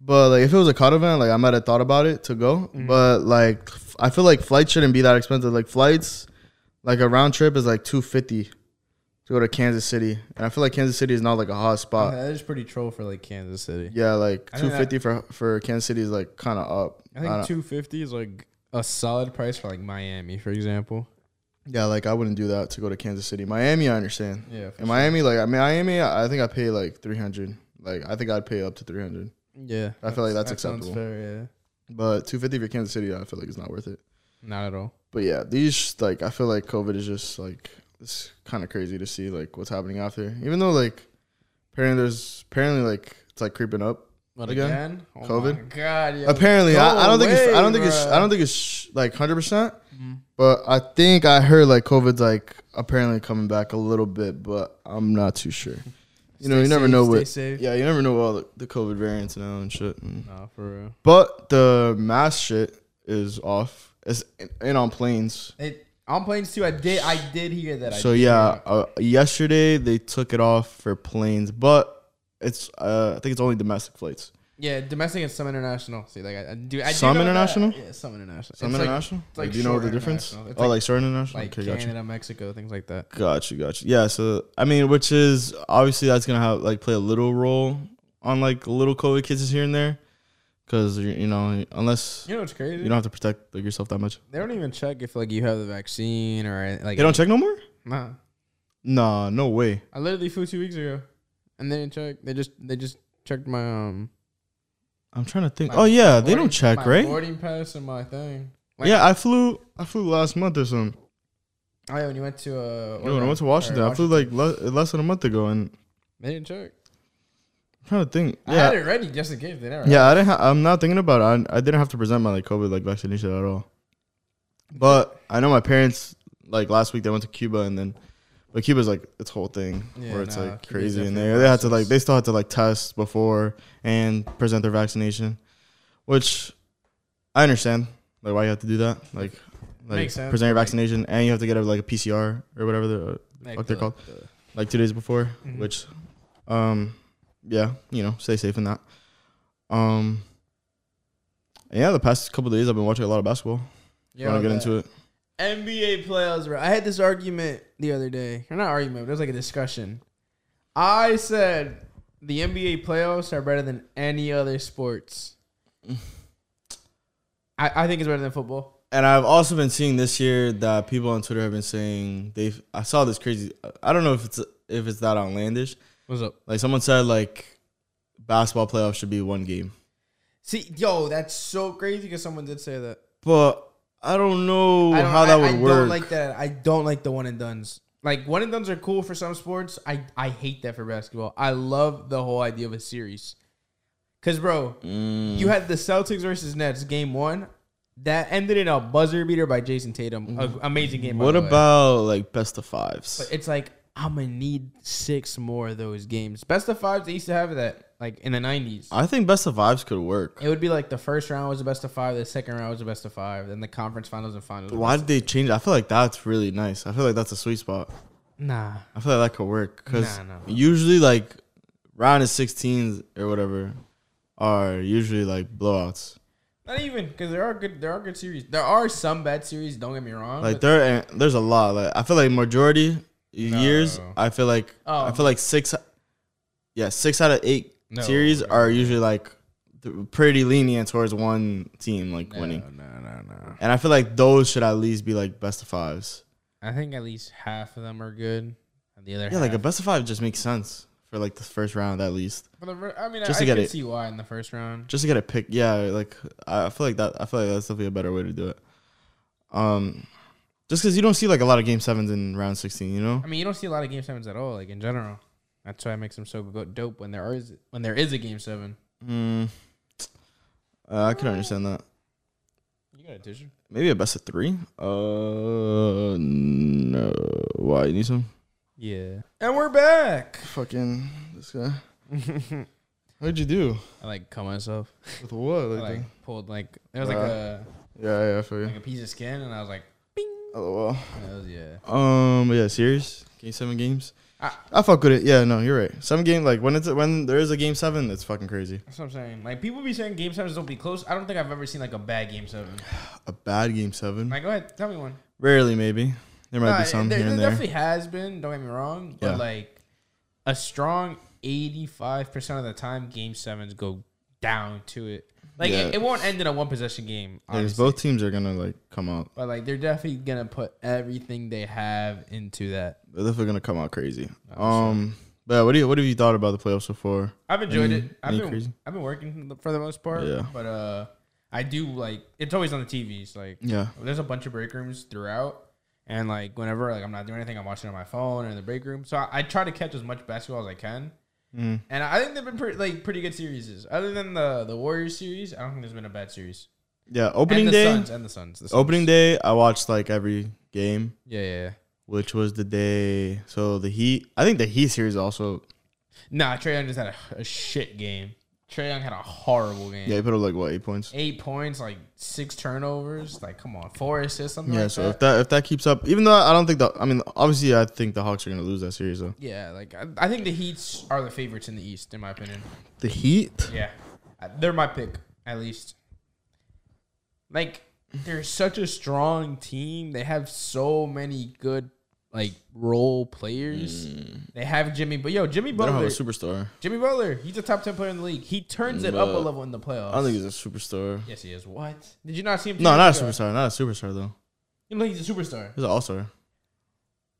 But like, if it was a COD event, like I might have thought about it to go.
Mm.
But like, f- I feel like flights shouldn't be that expensive. Like flights, like a round trip is like two fifty to go to Kansas City, and I feel like Kansas City is not like a hot spot.
that is pretty troll for like Kansas City.
Yeah, like
I
two
think that-
fifty for for Kansas City is like kind of up.
I
I
think
don't-
two fifty is like a solid price for like Miami, for example.
yeah, like I wouldn't do that to go to Kansas City. Miami, I understand.
Yeah, for
In Miami, like I mean, Miami, I think I pay like three hundred. Like I think I'd pay up to three hundred.
Yeah,
I feel like that's
that sounds
acceptable.
Fair, yeah.
But two fifty for Kansas City, I feel like it's not worth it.
Not at all.
But yeah, these like I feel like COVID is just like it's kind of crazy to see like what's happening out there. Even though like apparently there's apparently like it's like creeping up.
What
Again?
again? Oh
COVID?
my God. yo.
Apparently,
go
I, I don't think it's I don't
away,
think it's
bruh. Mm-hmm.
I don't think it's like hundred percent. But I think I heard like COVID's like apparently coming back a little bit, but I'm not too sure. You know,
Stay
you never
safe,
know
stay
what.
safe.
Yeah, you never know all the, the COVID variants now and shit. and-
No, for real.
But the mask shit is off. It's in, in on planes.
It, on planes too. I did. I did hear that. I
So
did
yeah,
hear
uh, yesterday they took it off for planes, but it's uh, I think it's only domestic flights.
that. Yeah, domestic and some international. See, like I, I do. I do know
Some
that.
international?
Yeah, some international.
Some
It's like-
international.
it's
Like,
like
do you know
short
the difference?
international. It's
oh,
like-
like short international.
like
okay, gotcha.
Canada, Mexico, things like that.
Gotcha, gotcha. Yeah, so I mean, which is obviously that's gonna have like play a little role on like little COVID cases here and there, because you know unless
You know what's crazy?
you don't have to protect like yourself that much,
they don't even check if like you have the vaccine or eh, like.
they don't check no more.
Nah,
Nah, no way.
I literally flew two weeks ago, and they didn't check. They just they just checked my um.
I'm trying to think.
my
Oh yeah, they
boarding-
don't check,
my
right?
Boarding pass and my thing. like-
yeah, I flew. I flew last month or something.
Oh yeah, when you went to uh.
Yo, when I
Oregon-
went to Washington,
or
I flew like le- less than a month ago, and
They didn't check.
I'm trying to think.
I had
Yeah,
it ready just in case they never.
yeah, I didn't. Ha- I'm not thinking about it. I, I didn't have to present my like COVID like vaccination at all. But I know my parents like last week they went to Cuba and then, but Cuba's like its whole thing
Yeah,
where it's
nah,
like
Cuba's
crazy in
definitely
there. They had to like
racist.
they still had to like test before and present their vaccination, which I understand like why you have to do that. Like, like
Makes sense,
present your
but, like-
vaccination and you have to get a, like a PCR or whatever the
Like
fuck they're
the-
called.
the-
like two days before,
Mhm.
which, um, yeah, you know, stay safe in that. Um, yeah, the past couple days I've been watching a lot of basketball.
Yeah,
Want to
the
get into it?
NBA playoffs. Bro. I had this argument the other day, or not argument, but it was like a discussion. I said the NBA playoffs are better than any other sports. I, I think it's better than football.
And I've also been seeing this year that people on Twitter have been saying they. have I saw this crazy. I don't know if it's if it's that outlandish.
What's up?
Like someone said, like basketball playoffs should be one game,
See, yo, that's so crazy because someone did say that.
but I don't know
I don't-
how that
I-
would
I
work.
don't like that. I don't like the one and duns. Like one and duns are cool for some sports. I I hate that for basketball. I love the whole idea of a series. Cause bro,
Mm.
you had the Celtics versus Nets game one. That ended in a buzzer beater by Jason Tatum. A- amazing game. by
Mm. what
the way.
about like best of fives?
But it's like I'm gonna need six more of those games. Best of fives they used to have that like in the nineties.
I think best of vibes could work.
It would be like the first round was the best of five, the second round was the best of five, then the conference finals and finals.
Why did they change? it? I feel like that's really nice. I feel like that's a sweet spot.
Nah,
I feel like that could work because
Nah, nah, nah.
usually like round of 16s or whatever are usually like blowouts.
not even because there are good there are good series. There are some bad series. Don't get me wrong. but-
Like there, eh, there's a lot. Like I feel like majority years.
No.
I feel like
Oh.
I feel like six. Yeah, six out of eight
No.
series are usually like th- pretty lenient towards one team like
no,
winning.
No, no, no.
And I feel like those should at least be like best of fives.
I think at least half of them are good. And the other
Yeah, like a
half-
best of five just makes sense for like the first round at least.
For the ver- I mean,
just
I,
to get
can
it-
see why in the first round.
Just to get a pick. Yeah, like I I feel like that I feel like that's definitely a better way to do it. Um just because you don't see like a lot of game sevens in round sixteen, you know?
I mean, you don't see a lot of game sevens at all, like in general. That's why it makes them so go- dope when there are when there is a game seven.
Mm, uh, I can understand that.
You got a tissue?
Maybe a best of three? Uh no. Why you need some?
Yeah. And we're back.
Fucking this guy. What'd you do?
I like cut myself.
With what?
I
Like,
like pulled like it was like
Wow.
a
yeah, yeah, I feel
like
you.
a piece of skin, and I was like,
LOL.
that was yeah.
Um, but yeah, serious game seven games. I,
I-
fuck with it. Yeah, no, you're right. Some game like when it's when there is a game seven, that's fucking crazy.
That's what I'm saying. Like people be saying game sevens don't be close. I don't think I've ever seen like a bad game seven.
A bad game seven,
Like go ahead, tell me one.
rarely maybe. There might
Nah,
be some
there,
here
there
and there.
definitely has been. Don't get me wrong, but
Yeah.
like a strong eighty-five percent of the time, game sevens go down to it. Like
Yeah.
it, it won't end in a one-possession game.
Because
obviously.
both teams are gonna like come out.
but like they're definitely gonna put everything they have into that.
They're definitely gonna come out crazy. Um, but yeah, what do you what have you thought about the playoffs so far?
I've enjoyed
Any-
it. I've
any
been
crazy?
I've been working for the most part.
Yeah.
But uh, I do like it's always on the TVs. Like
Yeah,
there's a bunch of break rooms throughout. And like whenever like I'm not doing anything, I'm watching on my phone or in the break room. So I, I try to catch as much basketball as I can.
Mm.
And I think they've been pretty like pretty good series. Other than the the Warriors series, I don't think there's been a bad series.
yeah. Opening
and the
day,
Suns and the Suns. The Suns.
opening day. I watched like every game,
Yeah, yeah, yeah.
which was the day. So the Heat. I think the Heat series also.
Nah, Trey Young just had a, a shit game. Trey Young had a horrible game.
Yeah, he put up like what eight points.
Eight points, like six turnovers. Like, come on, four assists, something
Yeah,
like
so
that.
if that if that keeps up, even though I don't think the, I mean, obviously I think the Hawks are gonna lose that series though.
yeah, like I, I think the Heats are the favorites in the East, in my opinion.
The Heat.
Yeah, Uh, they're my pick at least. Like they're such a strong team. They have so many good like role players. They have Jimmy, but yo, Jimmy
They don't have Mm. a
Butler.
superstar.
Jimmy Butler, he's a top ten player in the league. He turns it up a
But-
level in the playoffs.
Mm, I don't think he's a superstar.
yes, he is. What? Did you not see him? two
No, not
years
a
ago?
superstar. Not a superstar though.
You don't think he's a superstar?
He's an all star.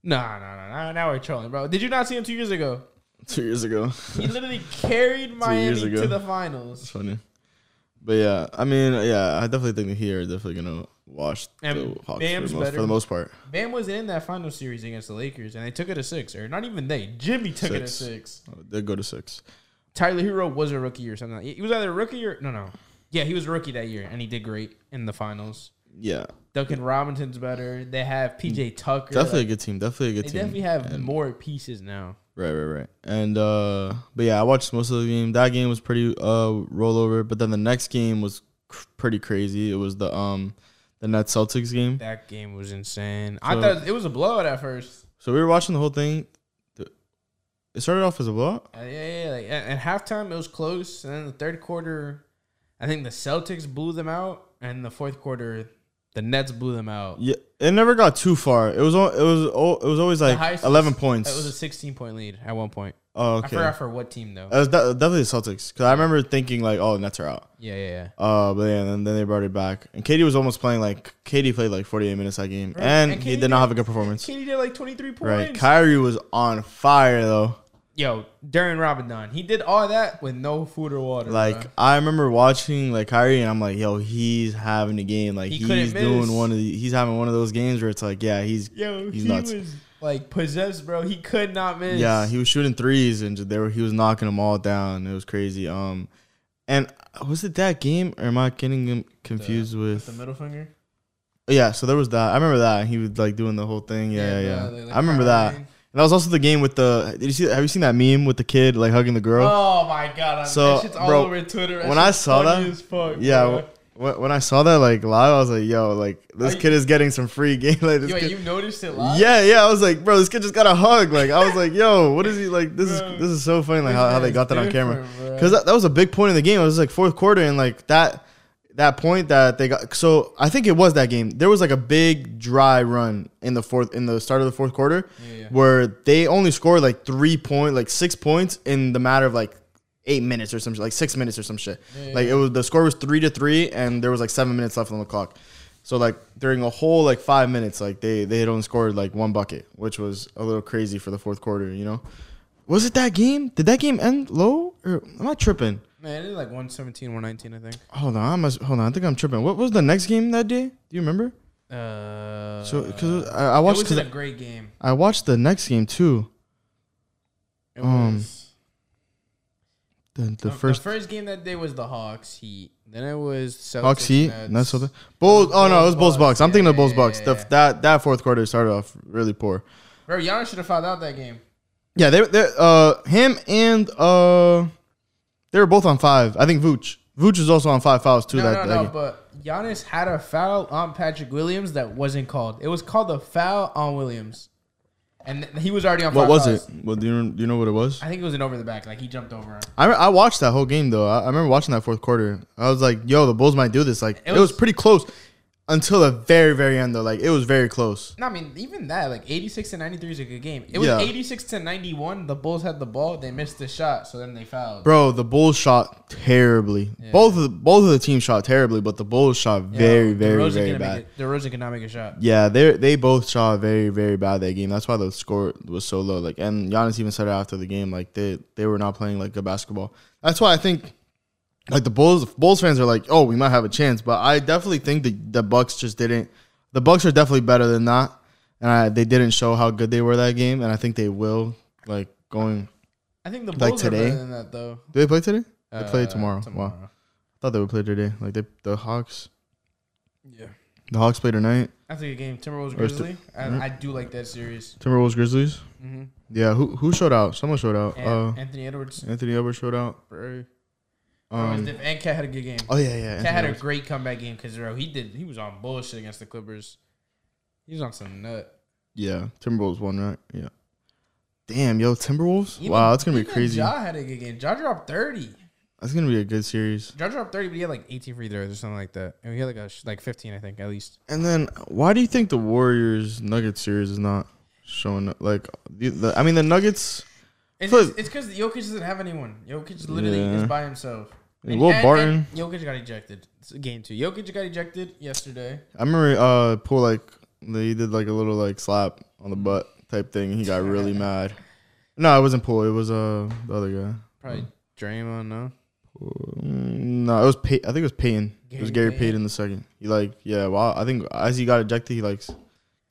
Nah, nah, nah, nah. Now we're trolling, bro. Did you not see him two years ago?
Two years ago.
He literally carried
years
Miami
ago.
to the
It's
finals.
funny. But yeah, I mean, yeah, I definitely think the Heat are definitely gonna wash
And
the Hawks for
Bam's
the, most, for
better.
the most part.
Bam was in that final series against the Lakers, and they took it to six, or not even they. Jimmy took it to
Six.
six.
They'll Oh, go to six.
Tyler Hero was a rookie or something. Like He was either a rookie or no, no. Yeah, he was a rookie that year, and he did great in the finals.
Yeah,
Duncan Robinson's better. They have PJ Tucker.
definitely Mm, a
Like,
good team. Definitely a
they
good team.
definitely have more pieces now.
Right, right, right. And uh but yeah, I watched most of the game. That game was pretty uh rollover, but then the next game was cr- pretty crazy. It was the um the Nets Celtics game.
That game was insane. I
So-
thought it was a blowout at first.
So we were watching the whole thing. Th- It started off as a blowout.
Uh, yeah, yeah. Like at, at halftime, it was close, and then the third quarter, I think the Celtics blew them out, and the fourth quarter, the Nets blew them out.
Yeah, it never got too far. It was al- it was al- it was always like
highest
eleven
was-
points.
It was a 16 point lead at one point.
oh,
I
okay. Uh,
forgot for what team though.
It was de- definitely the Celtics because I remember thinking like, oh, the Nets are out.
yeah, yeah, yeah.
Uh, but yeah, and then- then they brought it back, and Katie was almost playing like Katie played like forty eight minutes that game,
Right,
and,
and
he
KD
did not
did-
have a good performance.
Katie did like 23 points.
Right. Kyrie was on fire though.
Yo, Darren Robinson, he did all that with no food or water.
Like
bruh.
I remember watching like Kyrie and I'm like, yo, he's having a game. Like
He couldn't
he's doing
miss.
one of the, he's having one of those games where it's like, yeah, he's
yo,
he's
he
nuts.
was like possessed, bro. He could not miss.
yeah, he was shooting threes and just, they were he was knocking them all down. It was crazy. Um and uh, was it that game or am I getting him confused
with the
with
middle finger.
Yeah, so there was that. I remember that. He was like doing the whole thing. Yeah, yeah.
bro, like-
I remember that.
Kyrie-
that was also the game with the. Did you see? Have you seen that meme with the kid like hugging the girl?
Oh my god,
So,
that shit's all
bro,
over Twitter. That
when I
shit's
saw
funny
that-
as fuck,
yeah.
bro.
wh- wh- When I saw that like live, I was like, "Yo, like this
you-
kid is getting some free game." Like this
Yo,
kid,
you noticed it live?
yeah, yeah. I was like, "Bro, this kid just got a hug." Like I was like, "Yo, what is he like? This
Bro,
is this is so funny. Like
this
how, how they
man's
got that on camera
different, bro.
because that, that was a big point in the game. It was like fourth quarter and like that that point that they got. So I think it was that game. There was like a big dry run in the fourth in the start of the fourth quarter
Yeah, yeah.
where they only scored like three point like six points in the matter of like eight minutes or some shit, like six minutes or some shit.
Yeah,
like it was the score was three to three and there was like seven minutes left on the clock. So like during a whole like five minutes, like they they had only scored like one bucket, which was a little crazy for the fourth quarter. You know, was it that game? Did that game end low or am I tripping?
Man, it was like 117, 119, I think.
Hold on, I must hold on. I think I'm tripping. What was the next game that day? Do you remember?
Uh,
So because I, I watched
it was
'cause
a great game.
I watched the next game too.
It
Um,
was,
The,
Oh, the,
the first
the first game that day was Hawks Heat. Then it was Celtics,
Bucks Heat.
Nets.
That's what. the- Bulls. Oh no, it was Bulls Bucks. I'm thinking of Bulls
Yeah, yeah,
Bucks. The,
yeah.
that that fourth quarter started off really poor.
Bro, Giannis should have fouled out that game.
Yeah, they they uh him and uh they were both on five. I think Vooch. Vooch was also on five fouls too.
No,
that,
no,
that
no.
game.
But Giannis had a foul on Patrick Williams that wasn't called. It was called a foul on Williams, and th- he was already on.
What
five
was
fouls.
it? Well, do you do you know what it was?
I think it was an over the back. Like he jumped over him.
I, re- I watched that whole game though. I, I remember watching that fourth quarter. I was like, "Yo, the Bulls might do this." Like it
It
was,
was-
pretty close until the very very end though. Like it was very close.
No, I mean even that. Like eighty six to ninety three is a good game. It was
Yeah.
eighty six to ninety one. The Bulls had the ball. They missed the shot, so then they fouled.
Bro, the Bulls shot terribly. Both of the, both of the teams shot terribly, but the Bulls shot very
Yo,
very
Uh, DeRozan
very
couldn't make
bad.
it- DeRozan could not make a shot.
Yeah, they they both shot very very bad that game. That's why the score was so low. Like, and Giannis even said it after the game, like they they were not playing like good basketball. That's why I think like the Bulls Bulls fans are like, oh, we might have a chance, but I definitely think the the Bucks just didn't. The Bucks are definitely better than that, and I, they didn't show how good they were that game, and I think they will like going.
I think the Bulls
Like
are
today?
better than that though.
Do they play today? They
Uh,
play tomorrow. Wow, I thought they would play today. Like they, the Hawks,
Yeah.
the Hawks play tonight.
That's a good game. Timberwolves
Or it's the-
Grizzly. I,
Mhm.
I do like that series.
Timberwolves Grizzlies.
hmm
Yeah, who who showed out? Someone showed out. Uh,
Anthony Edwards.
Anthony Edwards showed out.
Bro. Bro,
Um,
it's- and Cat had a good game.
oh yeah, yeah.
Cat had
Anthony
a
Edwards.
great comeback game because bro, he did. He was on bullshit against the Clippers. He was on some nut.
Yeah, Timberwolves won, right? Yeah. Damn, yo, Timberwolves.
Even-
wow, that's gonna be
even
crazy.
Ja had a good game. Ja dropped thirty.
That's gonna be a good series.
Ja dropped thirty, but he had like eighteen free throws or something like that, and he had like a sh- like fifteen, I think, at least.
And then, why do you think the Warriors Nuggets series is not showing up? Like, the, the, I mean, the Nuggets.
It's
Plus-
it's because Jokic doesn't have anyone. Jokic literally
Yeah.
is by himself.
And Will Barton.
Jokic got ejected. It's game two. Jokic got ejected yesterday.
I remember uh, Poole like they did like a little like slap on the butt type thing. and He got really mad. No, it wasn't Poole. It was uh the other guy.
Probably Draymond, no?
Mm, No, it was Pay- I think it was Payton. it was
Gary
Gary Payton the second. He like yeah. Well, I think as he got ejected, he like s-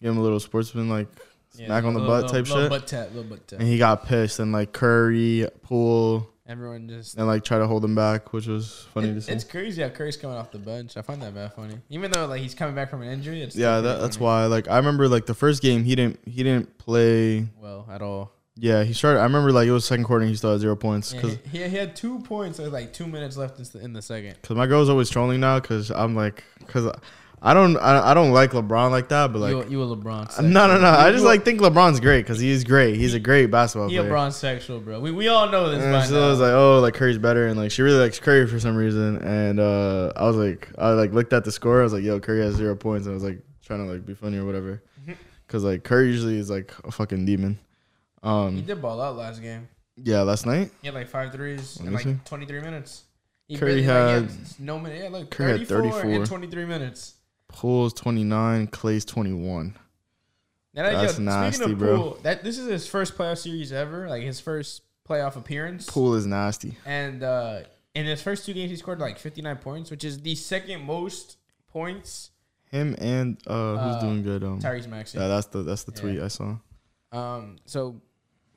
gave him a little sportsman like smack on the
little-
butt
little-
type
little
shit,
Butt tap, little butt tap.
and he got pissed. And like Curry, Poole,
Everyone just.
and like try to hold him back, which was funny to
It,
see.
it's crazy how Curry's coming off the bench. I find that bad funny. Even though like he's coming back from an injury, it's still
yeah,
pretty
that, that's
funny.
why. Like I remember like the first game, he didn't he didn't play.
Well, at all.
Yeah, he started. I remember like it was second quarter, and he still had zero points
Yeah,
because.
he, he had two points with like two minutes left in the, in the second.
Cause my girl's always trolling now, cause I'm like, cause I don't, I, I don't like LeBron like that, but like,
you, you a LeBron?
Uh,
Sexual.
No, no, no. I
You-
just
you a-
like think LeBron's great because he is great. He's a great basketball
He a
player.
LeBron sexual, bro. We, we all know this
and
by
she
now.
was like, "Oh, like Curry's better," and like she really likes Curry for some reason. And uh, I was like, I like looked at the score. I was like, "Yo, Curry has zero points," and I was like trying to like be funny or whatever, because like Curry usually is like a fucking demon.
he
Um,
did ball out last game.
yeah, last night
He had like five threes
Let
in
me
like
see.
23 minutes. He barely-
Curry had-
he s- no minute. Yeah, like
Curry had
34,
34.
in 23 minutes.
Poole's twenty nine, Clay's twenty one.
And I,
That's
yo,
nasty,
speaking of
bro.
Poole, that this is his first playoff series ever, like his first playoff appearance.
Poole is nasty.
And uh, in his first two games, he scored like 59 points, which is the second most points.
Him and uh, who's
Uh,
doing good? Um,
Tyrese Maxey.
yeah, that's the that's the
Yeah.
tweet I saw.
Um, so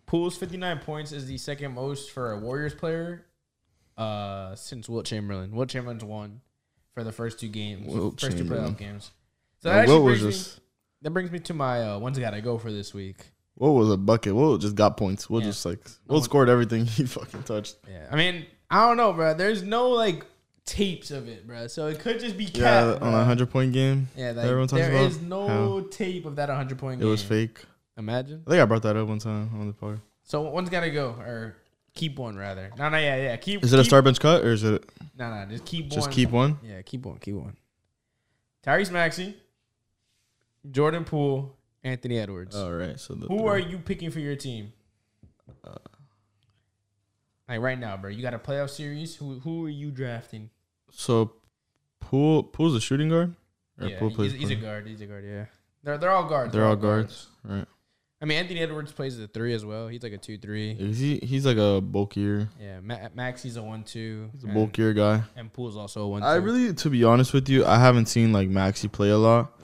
Poole's 59 points is the second most for a Warriors player uh since Wilt Chamberlain. Wilt Chamberlain's won for the first two games,
Wilt
first two
Chamberlain.
playoff games. So that
Now,
actually
Wilt was
brings me,
just
that brings me to my uh, ones I gotta go for this week.
What was a bucket? Will just got points. Will
Yeah.
just like Will scored everything he fucking touched.
Yeah, I mean, I don't know, bro. There's no like tapes of it, bro. So it could just be
Yeah,
cat.
on a
bruh.
hundred point game.
Yeah,
that
like,
everyone talks
there
about.
is no
How
tape of that 100 point
it
game.
was fake.
Imagine.
I think I brought that up one time on the pod.
So one's gotta go or keep one rather. No, no, yeah, yeah. Keep.
Is it a
keep-
star bench cut or is it
No, no, just keep
just
one.
keep one?
Yeah, keep one, keep one. Tyrese Maxey, Jordan Poole, Anthony Edwards.
All right. So the
Who are you picking for your team?
uh.
Like right now, bro. You got a playoff series. Who who are you drafting?
So, Pool Pool's a shooting guard. Or
yeah,
Poole
he's,
plays.
he's a
point?
guard. He's a guard. Yeah, they're they're all guards.
They're all guards, right?
I mean, Anthony Edwards plays the three as well. He's like a two three.
Is he he's like a bulkier,
Yeah, Ma- Maxi's a one two.
he's a bulkier guy.
And Poole's also a one.
I
two.
really, to be honest with you, I haven't seen like Maxi play a lot,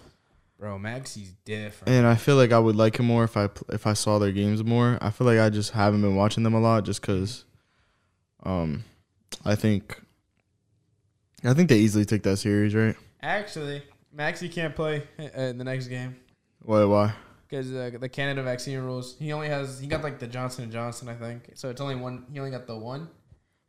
bro. Maxi's different.
and I feel like I would like him more if I pl- if I saw their games more. I feel like I just haven't been watching them a lot, just because, um, I think, I think they easily take that series, right?
Actually, Maxi can't play uh, in the next game
Why? Why?
because uh, the Canada vaccine rules. He only has he got like the Johnson and Johnson, I think. So it's only one. He only got the one,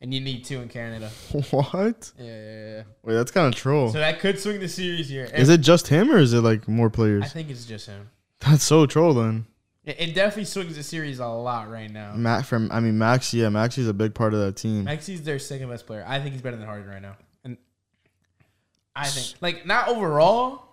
and you need two in Canada.
What?
Yeah, yeah, yeah.
Wait, that's kind of troll.
So that could swing the series here.
Is it just him or is it like more
I
players?
think it's just him.
That's so troll then.
It, it definitely swings the series a lot right now.
Matt from I mean Max, yeah, Max is a big part of that team.
Maxi's their second best player. I think he's better than Harden right now. And I think like not overall,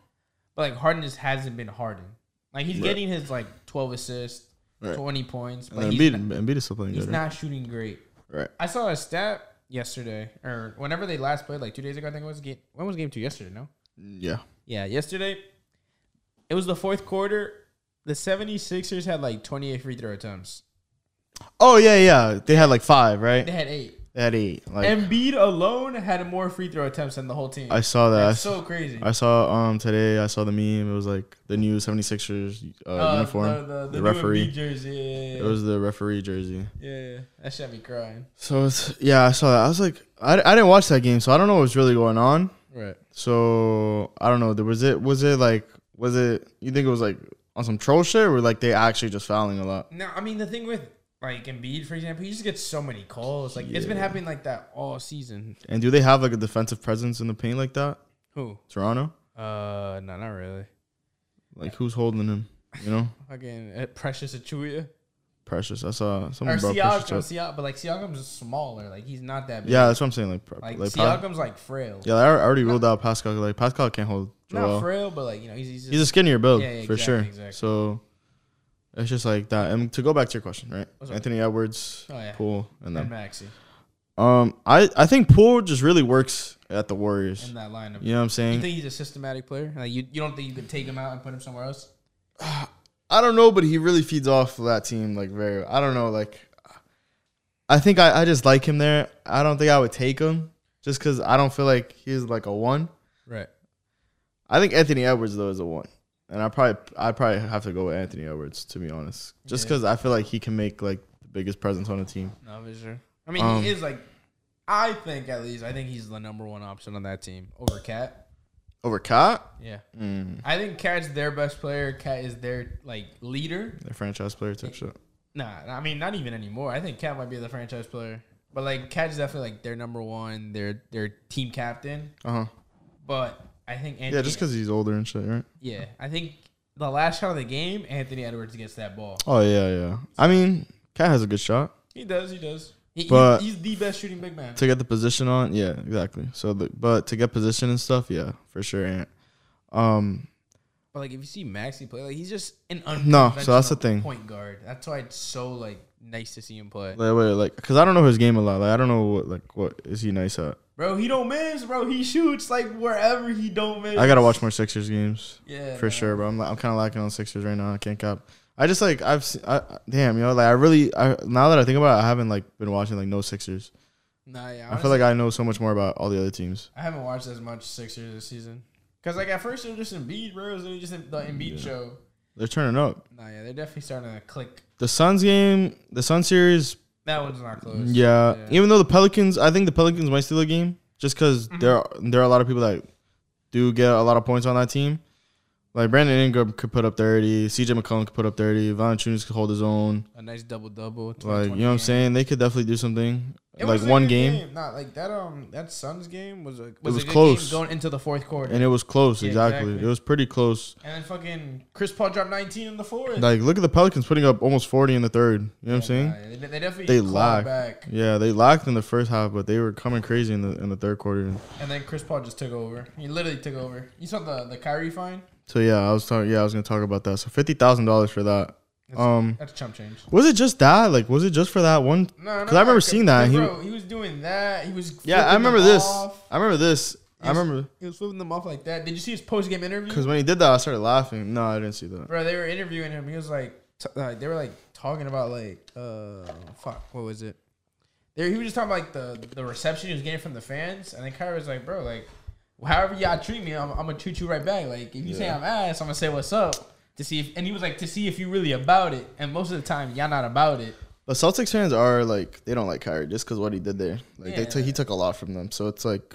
but like Harden just hasn't been Harden. Like he's
Right.
getting his like twelve assists,
Right.
twenty points, but
And
he's,
Embiid,
not,
Embiid is still playing
he's
good. right?
not shooting great.
Right.
I saw a stat yesterday or whenever they last played, like two days ago, I think it was game when was game two? Yesterday, no?
Yeah.
Yeah, yesterday. It was the fourth quarter. The 76ers had like 28 free throw attempts.
Oh yeah, yeah. They had like five,
They
right?
had eight.
They had eight. Like
Embiid alone had more free throw attempts than the whole team.
I saw that. I,
That's
s-
so crazy.
I saw um today. I saw the meme. It was like the new 76ers uh,
Uh,
uniform.
The, the, the,
the
new
referee.
Embiid jersey. Yeah,
It
yeah,
was the referee jersey.
yeah, yeah. That shit me crying.
So it's yeah, I saw that. I was like, I, I didn't watch that game, so I don't know what was really going on.
Right.
So I don't know. There was it. Was it like? Was it? You think it was like on some troll shit, or like they actually just fouling a lot?
No, I mean, the thing with like Embiid, for example, he just gets so many calls. Like, it's been
Yeah.
happening like that all season.
And do they have like a defensive presence in the paint like that?
Who?
Toronto?
Uh, no, not really.
Like who's holding him? You know,
Fucking uh, Precious Achuya.
Precious. I saw
Or
something about
Siakam,
Precious.
Siakam, but like Siakam's smaller. Like, he's not that big.
Yeah, that's what I'm saying. Like, pro-
Like,
like Pa-
Siakam's like frail.
yeah, I already ruled out Pascal. Like Pascal can't hold
Not
Joel.
frail, but like, you know, he's, he's just.
He's a skinnier build
Yeah, yeah,
for
exactly,
sure.
exactly.
So it's just like that. And to go back to your question, right?
What's up?
Anthony Edwards,
Oh, yeah.
Poole, and
and
then
Maxi
um, I I think Poole just really works at the Warriors.
in that lineup.
You know what I'm
You
saying?
think he's a systematic player? Like you, you don't think you could take him out and put him somewhere else?
I don't know, but he really feeds off that team like very. I don't know, like I think I, I just like him there. I don't think I would take him just because I don't feel like he's like a one.
Right.
I think Anthony Edwards though is a one, and I probably I probably have to go with Anthony Edwards to be honest, just
Yeah.
because I feel like he can make like the biggest presence on a team.
No, for sure. I mean,
Um,
he is like, I think at least, I think he's the number one option on that team over Cat.
Over Cat,
Yeah,
mm,
I think Cat's their best player. Cat is their like leader.
the franchise player type shit.
Nah, I mean not even anymore. I think Cat might be the franchise player, but like Cat is definitely like their number one, their their team captain.
Uh huh.
But I think Anthony,
Yeah, just because he's older and shit, right?
yeah, I think the last shot of the game, Anthony Edwards gets that ball.
Oh yeah, yeah. I mean, Cat has a good shot.
He does. He does. He,
But-
he's, he's the best shooting big man.
to get the position on yeah exactly so the, but to get position and stuff yeah for sure and um
But like, if you see Maxi play, like he's just an
No, so that's the
unconventional
thing.
Point guard. That's why it's so like nice to see him play,
like wait like because i don't know his game a lot like i don't know what like what is he nice at
bro. He don't miss, bro. He shoots like wherever he don't miss.
i gotta watch more sixers games
Yeah,
for
man.
sure but i'm, la- I'm kind of lacking on sixers right now i can't cap i just like i've seen I, I- damn you know like i really i now that i think about it i haven't like been watching like no sixers
Nah, yeah.
i feel like i know so much more about all the other teams
I haven't watched as much Sixers this season. Cause like at first it was just Embiid, bro. It was just the Embiid show.
they're turning up
Nah, yeah, they're definitely starting to click.
the suns game the sun series
That one's not close.
Yeah.
Yeah.
even though the Pelicans, I think the Pelicans might steal a game just because there are, there are a lot of people that do get a lot of points on that team. Like Brandon Ingram could put up thirty, CJ McCollum could put up thirty, Valanciunas could hold his own.
A nice double double.
Like you know what I'm saying? They could definitely do something. like
was a
one
good
game,
Not like that. Um, that Suns game was a was,
was
a good
close.
game going into the fourth quarter. And,
and it was close.
Yeah,
exactly.
exactly.
it was pretty close.
then fucking Chris Paul dropped 19 in the fourth.
Like look at the Pelicans putting up almost forty in the third. You know what I'm saying?
Nah, they, they definitely
They
clawed
lack.
back,
Yeah, they lacked in the first half, but they were coming crazy in the in the third quarter.
and then Chris Paul just took over. He literally took over. You saw the the Kyrie fine?
So yeah, I was talking. Yeah, I was gonna talk about that. So fifty thousand dollars for that.
That's,
Um,
that's chump change.
was it just that? Like, was it just for that one?
No, no,
'Cause I remember seeing that. He-
Bro, he, was doing that. He was
Yeah, I
flipping
remember
them
this.
off.
I remember this. I
Yes.
remember
He was flipping them off like that. Did you see his post game interview?
because when he did that, I started laughing. No, I didn't see that.
Bro, they were interviewing him. He was like, t- like they were like talking about like, uh, fuck, what was it? There, he was just talking about like the the reception he was getting from the fans, and then Kyrie was like, bro, like, however y'all treat me, I'm, I'm gonna treat you right back. Like, if you say
Yeah.
I'm ass, I'm gonna say what's up to see if, and he was like to see if you really about it, and most of the time y'all not about it.
But Celtics fans are like they don't like Kyrie just because what he did there. Like they
Yeah.
took he took a lot from them. So it's like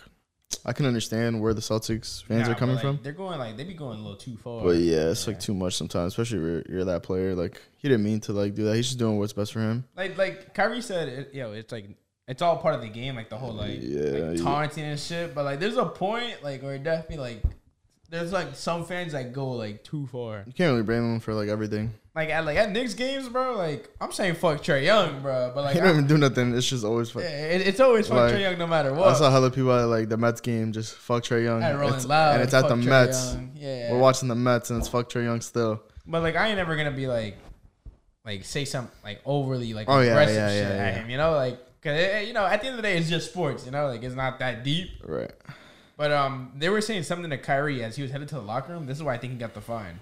I can understand where the Celtics fans
Nah,
are
but,
coming
like,
from.
They're going like they be going a little too far.
But yeah, it's like too much sometimes, especially if you're, you're that player. Like he didn't mean to like do that. He's just doing what's best for him.
Like like Kyrie said, it, yo, it's like it's all part of the game, like the whole like,
Yeah,
like
yeah.
taunting and shit. But like, there's a point like where it definitely like there's like some fans that go like too far.
You can't really blame him for like everything.
Like at like at Knicks games, bro. Like I'm saying fuck Trey Young, bro. But like
he don't
I,
even do nothing. It's just always fun.
it, it's always fuck
Like,
Trey Young no matter
I
what.
saw hella people at like the Mets game just fuck Trey Young.
at Rolling
It's-
Loud,
and it's at
fuck
the
Trae
Mets.
Young. Yeah,
We're watching the Mets and it's fuck Trey Young still.
But like, I ain't ever gonna be like, like say something like overly like
Oh, yeah,
aggressive
yeah,
shit
yeah,
at
yeah.
him. You know, like cause eh, you know at the end of the day, it's just sports. You know, like it's not that deep.
Right.
But um, they were saying something to Kyrie as he was headed to the locker room. This is why I think he got the fine.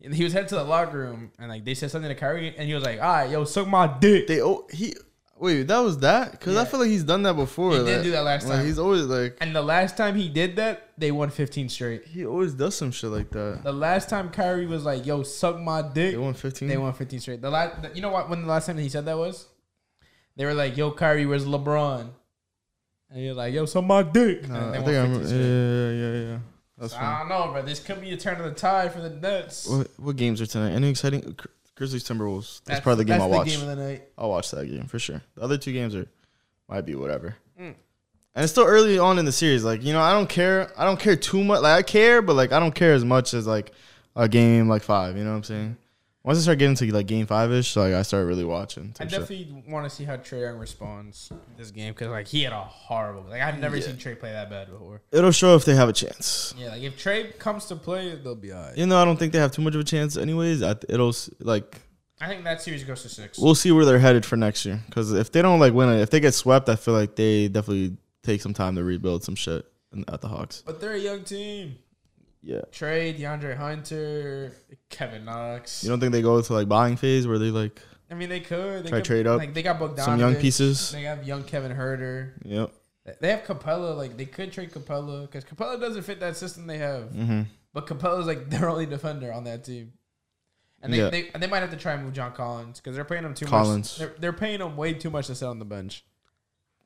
And He was headed to the locker room, and like they said something to Kyrie, and he was like, "All right, yo, suck my dick."
They oh he wait that was that because I
Yeah.
feel like he's done that before.
He did
like-
do that last
like,
time.
He's always like
And the last time he did that, they won 15 straight.
he always does some shit like that.
The last time Kyrie was like, "Yo, suck my dick,"
They won fifteen.
They won 15 straight. The last, the, you know what? When the last time he said that was, they were like, "Yo, Kyrie, where's LeBron?" And you're like, "Yo, suck my dick."
Nah,
and they won
I think I
15
remember.
straight.
Yeah, yeah, yeah, yeah. That's
So
funny.
I don't know, bro. This could be a turn of the tide for the Nets.
What, what games are tonight? Any exciting? Gri- Grizzlies Timberwolves. That's,
That's-
probably the game
that's
I'll
the
watch.
game of the night.
I'll watch that game for sure. The other two games are might be whatever.
Mm.
And it's still early on in the series. Like you know, I don't care. I don't care too much. Like I care, but like I don't care as much as like a game like five. You know what I'm saying? Once I start getting to like game five ish, like I start really watching.
I
type shit.
definitely want to see how Trey Young responds this game because like he had a horrible. Like I've never
Yeah.
seen Trey play that bad before.
It'll show if they have a chance.
Yeah, like if Trey comes to play, they'll be alright.
Even though I don't think they have too much of a chance, anyways. I, it'll s- like
I think that series goes to six.
we'll see where they're headed for next year. Because if they don't like win it, if they get swept, I feel like they definitely take some time to rebuild some shit in- at the Hawks.
But they're a young team.
Yeah.
Trey, DeAndre Hunter, Kevin Knox.
You don't think they go into like buying phase where they like
I mean, they could. They
Try
could,
trade up
Like they got Bogdanovich.
some young pieces?
They have young Kevin Herter.
Yep.
They have Capella. Like they could trade Capella because Capella doesn't fit that system they have.
Mm-hmm.
But Capella's like their only defender on that team. And they,
Yeah.
they, and they might have to try and move John Collins because they're paying him too much.
Collins.
They're, they're paying him way too much to sit on the bench.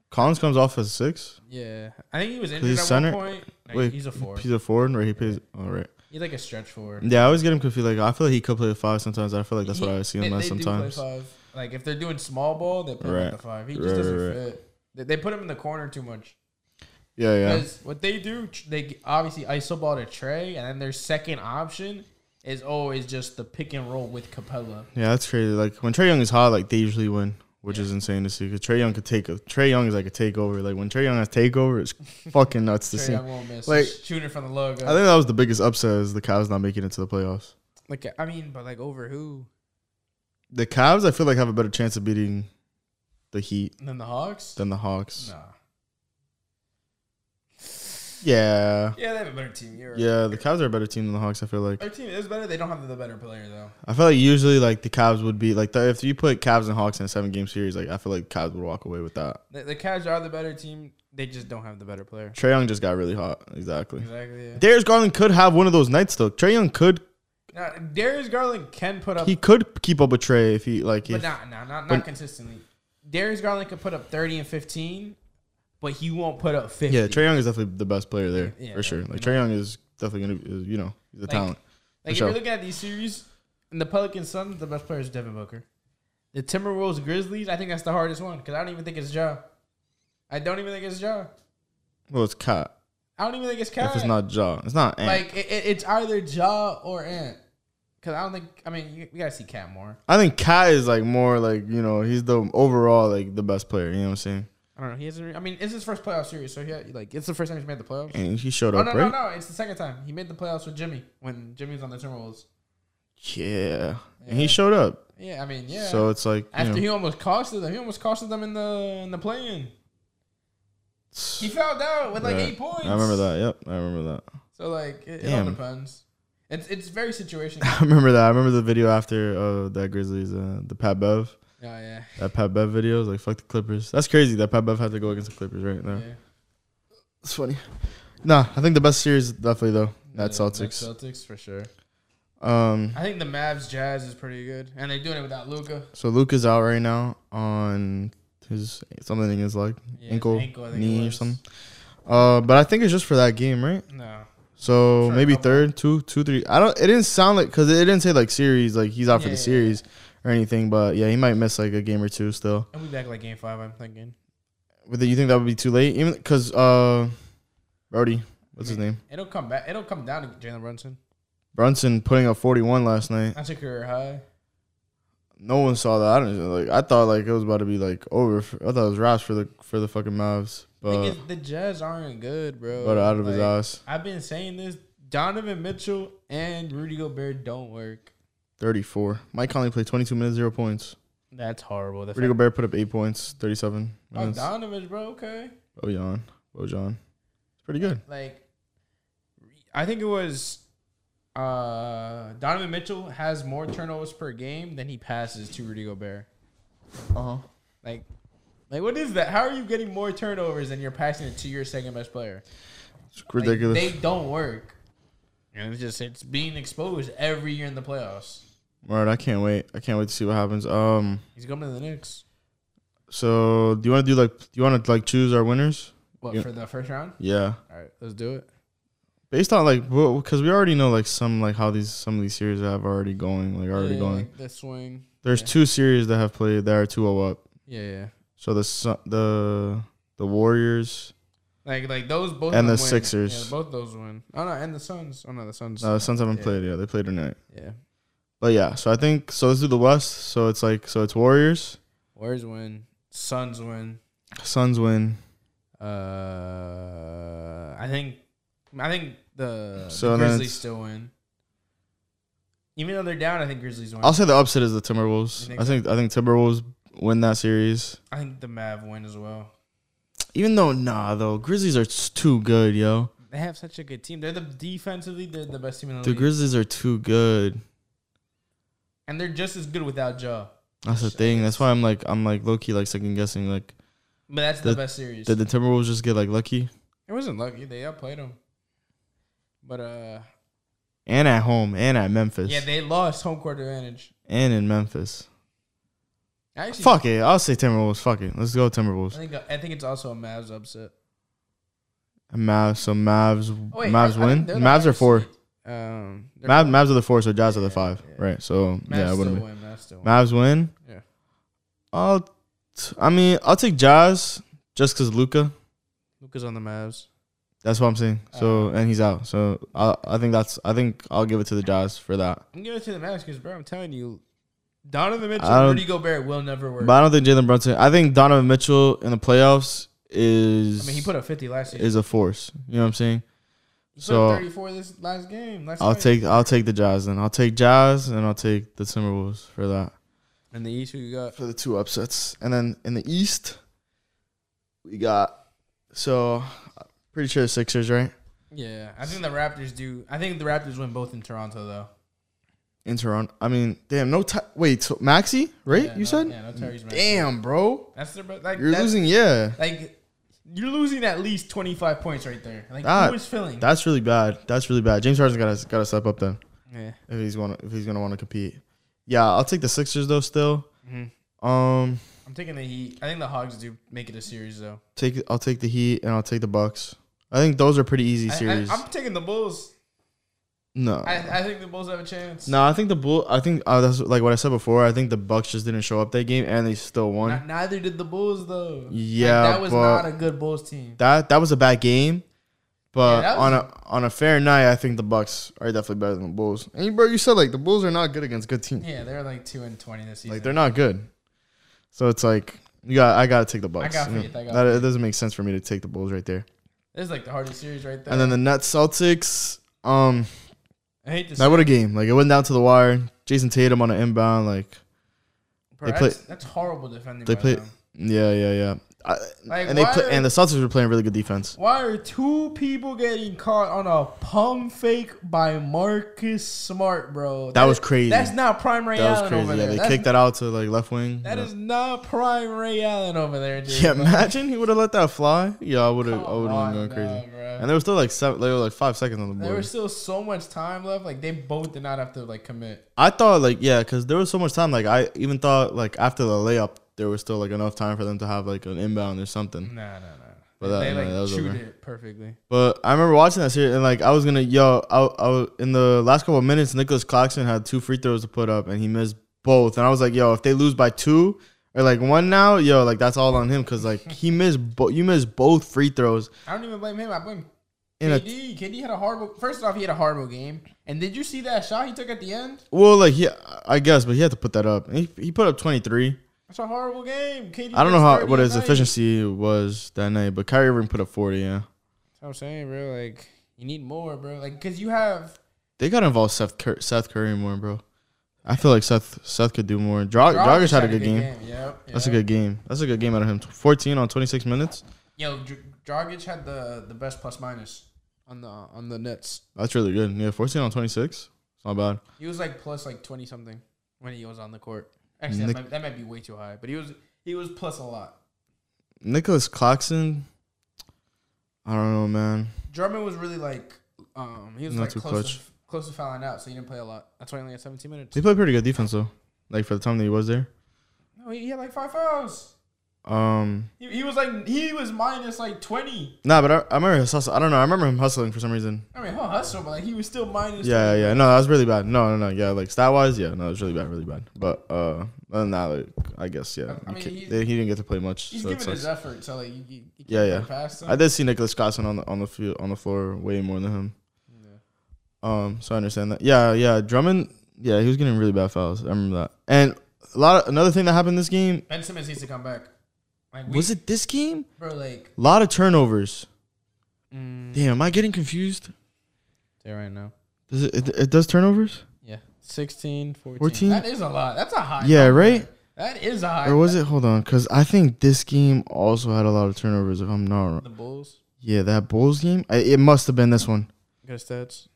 Collins comes off as a six.
Yeah. I think he was injured
He's
at
center?
one point. Like,
Wait,
he's a four.
He's a forward, right? He plays. All right.
He's like a stretch four.
Yeah, I always get him confused. Like I feel like he could play a five sometimes. I feel like that's
He-
what I see him
they-
as
they do play
sometimes.
five. Like if they're doing small ball, they play him
Right.
at the five. He just
Right,
doesn't
right,
fit. They, they put him in the corner too much.
Yeah, yeah.
Because what they do, tr- they g- obviously iso ball to Trey, and then their second option is always just the pick and roll with Capella.
Yeah, that's crazy. Like when Trey Young is hot, like they usually win, which is insane to see. Because Trey Young could take a Trey Young is like a takeover. Like when Trey Young has takeover, it's fucking nuts to
Trey
see.
Young won't miss.
Like-
Like, shooting from the logo.
I think that was the biggest upset is the Cavs not making it to the playoffs.
like I mean, but like over who?
The Cavs, I feel like have a better chance of beating the Heat
And then the Hawks?
than the Hawks.
nah.
Yeah,
Yeah, they have a better team. You're right.
yeah, the Cavs are a better team than the Hawks. I feel like.
Their team is better. They don't have the better player though.
I feel like usually like the Cavs would be like the, if you put Cavs and Hawks in a seven game series, like I feel like Cavs would walk away with that.
The, the Cavs are the better team. They just don't have the better player.
Trey Young just got really hot. Exactly.
Exactly. Yeah.
Darius Garland could have one of those nights though. Trey Young could
Now, Darius Garland can put up,
he could keep up with Trey if he like
but
if,
not, not, not,
but-
not consistently. Darius Garland can put up 30 and 15, but he won't put up 50.
yeah. Trey Young is definitely the best player there
Yeah,
for sure.
yeah.
Like Trey Young is definitely gonna be, is, you know he's a
Like,
talent.
Like if
sure.
you're looking at these series, in the Pelicans, Suns, the best player is Devin Booker. The Timberwolves, Grizzlies, I think that's the hardest one because I don't even think it's Ja. I don't even think it's Ja.
Well, it's cat.
I don't even think it's Cat.
If it's not jaw, it's not ant.
like it, it- it's either Ja or Ant. Because I don't think. I mean, you, we gotta see Cat more.
I think cat is like more like you know he's the overall like the best player. You know what I'm saying?
I don't know. He hasn't. re- I mean, it's his first playoff series, so he had, like it's the first time he's made the playoffs.
And he showed
Oh
up,
no,
right?
no, no! It's the second time he made the playoffs with Jimmy when Jimmy was on the Timberwolves.
Yeah. and he
Yeah.
showed up.
Yeah, I mean, yeah.
So it's like you
After
know,
he almost costed them, he almost costed them in the in the play-in. He fouled out with like
yeah.
eight points.
I remember that. Yep, I remember that.
So like, it, it all
Damn.
depends. It's it's very situational.
I remember that. I remember the video after uh, that Grizzlies, uh, the Pat Bev,
oh yeah,
that Pat Bev video. It was like fuck the Clippers. That's crazy that Pat Bev had to go against the Clippers right
yeah.
there. It's funny. Nah, I think the best series definitely though that
Yeah,
Celtics.
Celtics for sure.
Um,
I think the Mavs Jazz is pretty good, and they're doing it without Luca.
so Luca's out right now on his something in his leg, ankle, knee or something. Uh, but I think it's just for that game, right?
No,
So
Sure,
maybe
couple.
third, two, two, three. I don't. It didn't sound like because it didn't say like series, like he's out for
Yeah,
the
yeah,
series or anything. But yeah, he might miss like a game or two still.
I'll be back like game five. I'm thinking
But then you think that would be too late, even because uh, Brody, what's his name?
it'll come back. It'll come down to Jalen Brunson.
Brunson putting up forty one last night.
That's a career high.
No one saw that. I don't like. I thought like it was about to be like over. For, I thought it was wraps for the for the fucking Mavs,
Thing
but
is, the Jazz aren't good, bro.
but out of his
Like,
ass,
I've been saying this. Donovan Mitchell and Rudy Gobert don't work.
thirty four. Mike Conley played twenty two minutes, zero points.
That's horrible. The
Rudy
fact-
Gobert put up eight points, thirty seven
Oh,
minutes.
Donovan, bro, okay.
Bojan, Bojan, it's pretty good.
Like, I think it was uh, Donovan Mitchell has more turnovers per game than he passes to Rudy Gobert. Uh-huh.
Uh huh.
Like, like what is that? How are you getting more turnovers than you're passing it to your second best player?
It's
Like,
ridiculous.
they don't work. And it's just it's being exposed every year in the playoffs.
Word, I can't wait. I can't wait to see what happens. Um,
He's going to the Knicks.
so do you want to do like do you want to like choose our winners?
What
Yeah.
for the first round?
Yeah,
All right, let's do it.
based on like because we already know like some like how these some of these series have already going like already
Yeah,
going.
like the swing.
There's
yeah.
two series that have played that are 2-0 up.
Yeah, yeah.
So the Sun- the the Warriors,
Like like those both
And
of them
the
win.
Sixers.
Yeah, both of those win. Oh no, and the Suns. Oh no, the Suns.
no, the uh, Suns haven't
Yeah.
played. Yeah, they played tonight.
Yeah,
But yeah, so I think so. Let's do the West. So it's like so it's Warriors,
Warriors win. Suns win.
Suns win.
Uh, I think I think the,
So
the
then
Grizzlies
it's-
still win. Even though they're down, I think Grizzlies win.
I'll say the upset is the Timberwolves.
You think
I
so?
think I think Timberwolves win that series.
I think the Mav win as well.
Even though nah though, Grizzlies are s- too good, yo.
They have such a good team. They're the defensively they're the best team in the,
The
league,
Grizzlies are too good.
and they're just as good without Joe.
That's the thing. That's why I'm like I'm like low key like second guessing. Like
But that's the,
The-
best series.
did the Timberwolves just get like lucky?
it wasn't lucky. They outplayed them. But uh,
And at home, and at Memphis,
yeah, they lost home court advantage.
and in Memphis.
I Actually,
Fuck it, I'll say Timberwolves. Fuck it, let's go
I
Timberwolves.
think I think it's also a Mavs upset.
Mavs. So Mavs.
Oh, wait,
Mavs
I- I
win.
think they're the
Mavs are
highest
four.
seed. Um, they're-
Mavs, Mavs are the four. So Jazz are the
Yeah,
five.
yeah.
Right. So
Mavs
yeah, it
still
wouldn't be.
win. Mavs still win.
Mavs win.
Yeah.
I'll. T- I mean, I'll take Jazz just because Luca.
Luca's on the Mavs.
That's what I'm saying. So
Uh-huh.
and he's out. So I I think that's I think I'll give it to the Jazz for that.
I'm giving it to the Mavs because, bro, I'm telling you, Donovan Mitchell,
I don't-
Rudy Gobert will never work.
But I don't think Jalen Brunson. I think Donovan Mitchell in the playoffs is
I mean, he put up 50 last season.
is a force. You know what I'm saying?
He put
So
up 34 this last game. Last
I'll
night.
take I'll take the Jazz then. I'll take Jazz and I'll take the Timberwolves for that.
And the East, who you got?
For the two upsets. And then in the East, we got so pretty sure the Sixers, right?
Yeah, I think the Raptors do. I think the Raptors win both in Toronto, though.
In Toronto. I mean, damn, no Ty- wait, so Maxi, right?
Yeah,
you
no-
said?
Yeah, no Tyrese Maxey.
Damn, bro.
That's their best. Like,
You're
that's,
losing, yeah.
Like, you're losing at least 25 points right there. Like,
That-
who is feeling?
That's really bad. That's really bad. James Harden's gotta gotta step up then.
yeah.
if he's gonna if he's gonna want to compete. Yeah, I'll take the Sixers though. Still,
Mhm.
um,
I'm taking the Heat. I think the Hogs do make it a series, though.
take I'll take the Heat and I'll take the Bucks. I think those are pretty easy
I-
series.
I, am taking the Bulls.
No.
I, I think the Bulls have a chance.
no, I think the bull. I think uh, that's like what I said before. I think the Bucks just didn't show up that game, and they still won.
Not- neither did the Bulls though. Like,
Yeah,
that was
but-
not a good Bulls team.
that that was a bad game, but
Yeah, that
on a on a fair night, I think the Bucks are definitely better than the Bulls. And you, bro, you said like the Bulls are not good against good teams.
Yeah, they were like two and twenty this season.
Like they're not good. So it's like you got I gotta take the Bucks.
got
You know,
faith, I got
that, it doesn't make sense for me to take the Bulls right there.
this is like the hardest series right there.
And then the Nets Celtics. Um,
I hate to say,
that what a game! Like it went down to the wire. Jason Tatum on an inbound. Like
bro,
they play-
that's, that's horrible defending.
they
by
play.
them.
Yeah, yeah, yeah. I,
Like,
and they
why
play,
are-
and the Celtics were playing really good defense.
Why are two people getting caught on a pump fake by Marcus Smart, bro?
That was crazy.
That's not prime Ray
That was
Allen over
crazy. Yeah,
there.
they
that's,
kicked that out to like left wing.
that
yeah.
is not prime Ray Allen over there, dude.
Yeah, imagine he would have let that fly. Yeah, I would have.
Come
I would have
on
been going
now,
crazy.
bro.
And there was still like seven, there were like five seconds on the
There
board.
was still so much time left. Like they both did not have to like commit.
I thought like yeah, because there was so much time. Like I even thought like after the layup, there was still like enough time for them to have like an inbound or something.
Nah, nah, nah.
But that-
they
nah,
like
that was
shoot
over.
it perfectly.
But I remember watching that series and like I was gonna yo, I, I was- in the last couple of minutes, Nicholas Claxton had two free throws to put up and he missed both. And I was like, yo, if they lose by two or like one now, yo, like that's all on him because like he missed both. You missed both free throws
I don't even blame him. I blame
in a
KD. KD had a horrible. First off, he had a horrible game. And did you see that shot he took at the end?
well, like yeah, I guess, but he had to put that up. And he he put up twenty three.
That's a horrible game. KD.
I don't know
gets
how
30
what
a
his
night.
efficiency was that night, but Kyrie Irving put up forty. Yeah,
That's what I'm saying, bro. Like you need more, bro. Like because you have
they got to involve Seth Cur- Seth Curry more, bro. I feel like Seth Seth could do more. Dro- Dragic had a good game.
Yeah,
That's a good game. That's a good game out of him. Fourteen on twenty six minutes.
Yo, Dr- Dragic had the the best plus minus on the on the Nets.
That's really good. Yeah, fourteen on twenty six. It's not bad.
He was like plus like twenty something when he was on the court. Actually,
Nick-
that, might, that might be way too high, but he was he was plus a lot.
Nicholas Claxton. I don't know, man.
Drummond was really like um he was
Not
like
too
close
clutch.
To, close to fouling out, so he didn't play a lot. That's why he only had seventeen minutes.
He played pretty good defense though. Like for the time that he was there.
No, he, he had like five fouls.
Um,
He, he was like he was minus like twenty.
nah, but I, I remember his hustle. I don't know. I remember him hustling for some reason.
I mean, huh, hustle, but like he was still minus.
Yeah, yeah. No, that was really bad. No, no, no. Yeah, like stat wise, yeah, no, it was really bad, really bad. But uh, other than that, like, I guess yeah,
I
you
mean,
can't-
he's-
they- he didn't get to play much.
He's
So it
giving
sucks.
his effort, so like you, you, you
Yeah,
can't
yeah.
go past him.
I did see Nicholas Claxton on the on the field on the floor way more than him. Um, so I understand that. Yeah, yeah. Drummond, yeah, he was getting really bad fouls. I remember that. And a lot of another thing that happened this game
ben Simmons needs to come back. Like we,
was it this game?
bro, like
A lot of turnovers.
mm,
Damn, am I getting confused?
there right now.
Does it, it, it does turnovers?
Yeah, 16, 14.
14?
That is a lot. That's a high.
Yeah,
number.
right?
That is a high.
Or was it? Hold on, because I think this game also had a lot of turnovers. If I'm not wrong.
the Bulls?
Yeah, that Bulls game. I, it must have been this one.
Good stats.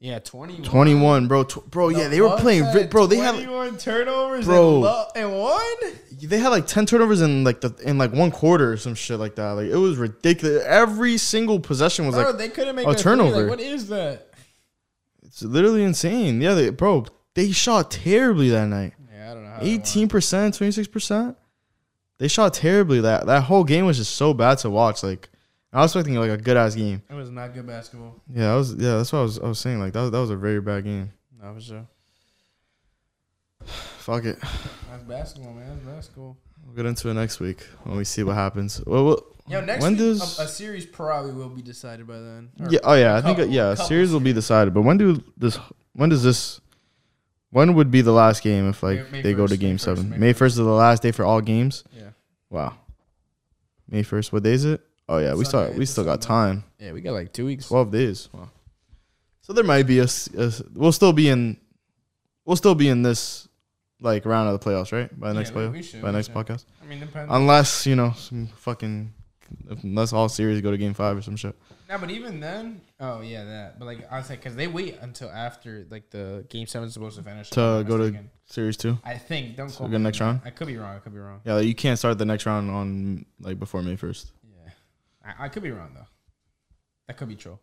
Yeah, 21.
21, bro. Tw- bro, yeah, they were playing. ri- Bro, they had
twenty-one turnovers.
Bro.
and, lo- and one.
they had like 10 turnovers in like the in like one quarter or some shit like that. Like it was ridiculous. Every single possession was
Bro,
like
they couldn't make
a
a, turnover.
turnover.
Like, what is that?
it's literally insane. Yeah, they, bro, they shot terribly that night.
Yeah, I don't know. How they won.
18%, 26%. They shot terribly. That that whole game was just so bad to watch. Like I was expecting like a good ass game.
It was not good basketball.
Yeah, that was yeah, that's what I was I was saying. Like that was, that was a very bad game.
No, for sure.
Fuck it.
That's basketball, man. That's basketball.
We'll get into it next week when we see what happens. Well, well
Yo, next
when
week, uh,
does
a, a series probably will be decided by then. Or-
yeah? Oh yeah, I think
couple-
yeah,
couple
series will be decided. But when do this? When does this? When would be the last game if like
May- May
they go to
1st,
game
May 1st,
seven?
May
May first is the last day for all games.
yeah.
Wow. May first. What day is it? Oh yeah, we still
Sunday,
we
it's a
still got
Sunday.
time.
Yeah, we got like two weeks.
Twelve days. Wow. So there might be a, s- a s- We'll still be in. We'll still be in this like round of the playoffs, right? By the next
we-
playoff.
we should,
by
we
next Um,
should.
podcast.
I mean, depends.
Unless you know some fucking. Unless all series go to game five or some shit.
No, but even then, oh yeah, that. But like I said, because they wait until after like the game seven is supposed to finish.
To
if I'm not
go to-
mistaken.
Series two.
I think don't
So
call
we go
me
next
on
round?
that. I could be wrong. I could be wrong.
Yeah, like, you can't start the next round on like before May first.
Yeah, I, I could be wrong though. That could be true.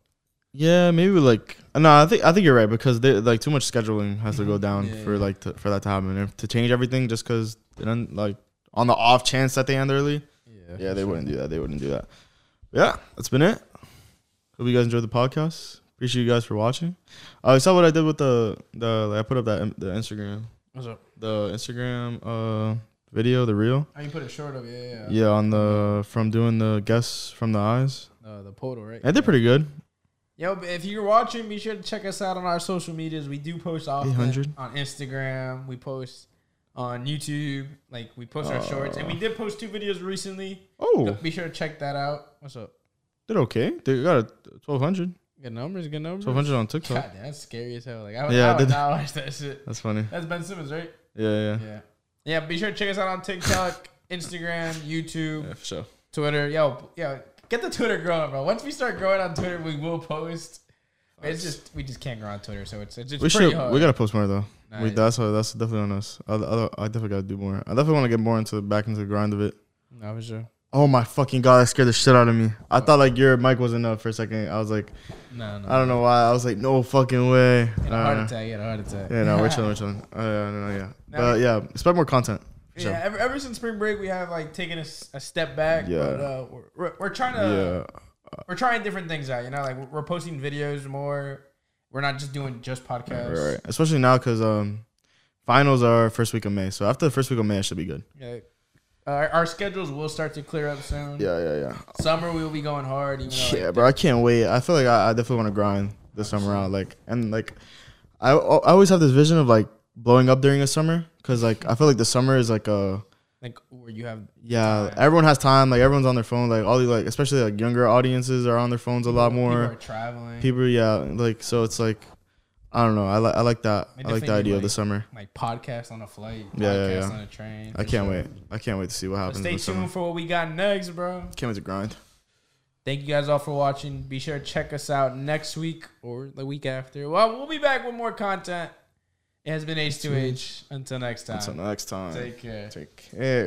Yeah, maybe like no, I think I think you're right because they like too much scheduling has to go down
Mm-hmm. Yeah,
for
yeah.
like to, for that to happen and to change everything just because then like on the off chance that they end early. Yeah, they wouldn't do that. They wouldn't do that. Yeah, that's been it. Hope you guys enjoyed the podcast. Appreciate you guys for watching. Uh, you saw what I did with the the like, I put up that the Instagram
What's up?
the Instagram uh video the reel.
How you put it short of? Yeah, yeah. yeah.
Yeah, on the from doing the guess from the eyes.
Uh, the portal, right?
I did pretty good.
Yo, but if you're watching, be sure to check us out on our social medias. We do post often
800.
on Instagram. We post on YouTube. Like we post our shorts, and we did post two videos recently.
Oh,
Be sure to check that out. What's up?
did okay. They got a 1200,
Good numbers. Good numbers.
1200 on TikTok.
God, damn, that's scary as hell. Like I would,
Yeah,
yeah,
I
I would
did-
not watch that shit.
That's funny.
That's Ben Simmons, right?
Yeah, yeah.
Yeah. Yeah. Be sure to check us out on TikTok, Instagram, YouTube.
Yeah, for sure.
Twitter, yo, yo, get the Twitter growing, bro. Once we start growing on Twitter, we will post. It's just we just can't grow on Twitter, so it's it's just
Oh, we
pretty
should.
hard.
We gotta post more though.
Nah,
we,
yeah.
that's how, that's definitely on us. I, I, I definitely gotta do more. I definitely want to get more into the back into the grind of it.
no, for sure.
Oh my fucking god! That scared the shit out of me. I thought like your mic wasn't up for a second. I was like,
No, no.
I don't know why. I was like, no fucking way.
Get a
Uh,
heart attack. Get a heart attack.
Yeah, no, we're chilling, we're chilling. Uh, yeah, no, no, yeah.
Nah,
But yeah, expect more content. for sure.
Yeah, ever, ever since spring break, we have like taken a, s- a step back.
Yeah.
but, uh, we're- we're, we're trying to we're trying different things out. You know, like we're- we're posting videos more. We're not just doing just
yeah.
podcasts.
Right, right. Especially now because um, finals are first week of May. So after the first week of May, I should be good.
Yeah. Uh, our, our schedules will start to clear up soon.
Yeah, yeah, yeah.
Summer we will be going hard. Even though, like,
Yeah, bro, I can't wait. I feel like I, I definitely want to grind this summer out. Like, and like, I I always have this vision of like blowing up during the summer because like I feel like the summer is like a
like where you have
yeah. Everyone has time. Like everyone's on their phone. Like all the like especially like younger audiences are on their phones a lot
people
more.
are traveling.
People, yeah, like so it's like I don't know. I like I like that.
I
I like the
definitely
idea of
like-
the summer.
like podcast on a flight,
Yeah, yeah,
podcast
yeah.
on a train.
I
for
can't
sure.
wait. I can't wait to see what
But
happens.
stay
this summer.
tuned for what we got next, bro.
Can't wait to grind.
Thank you guys all for watching. Be sure to check us out next week or the week after. Well, we'll be back with more content. It has been H2H. Until next time.
Until next time.
Take care.
Take care.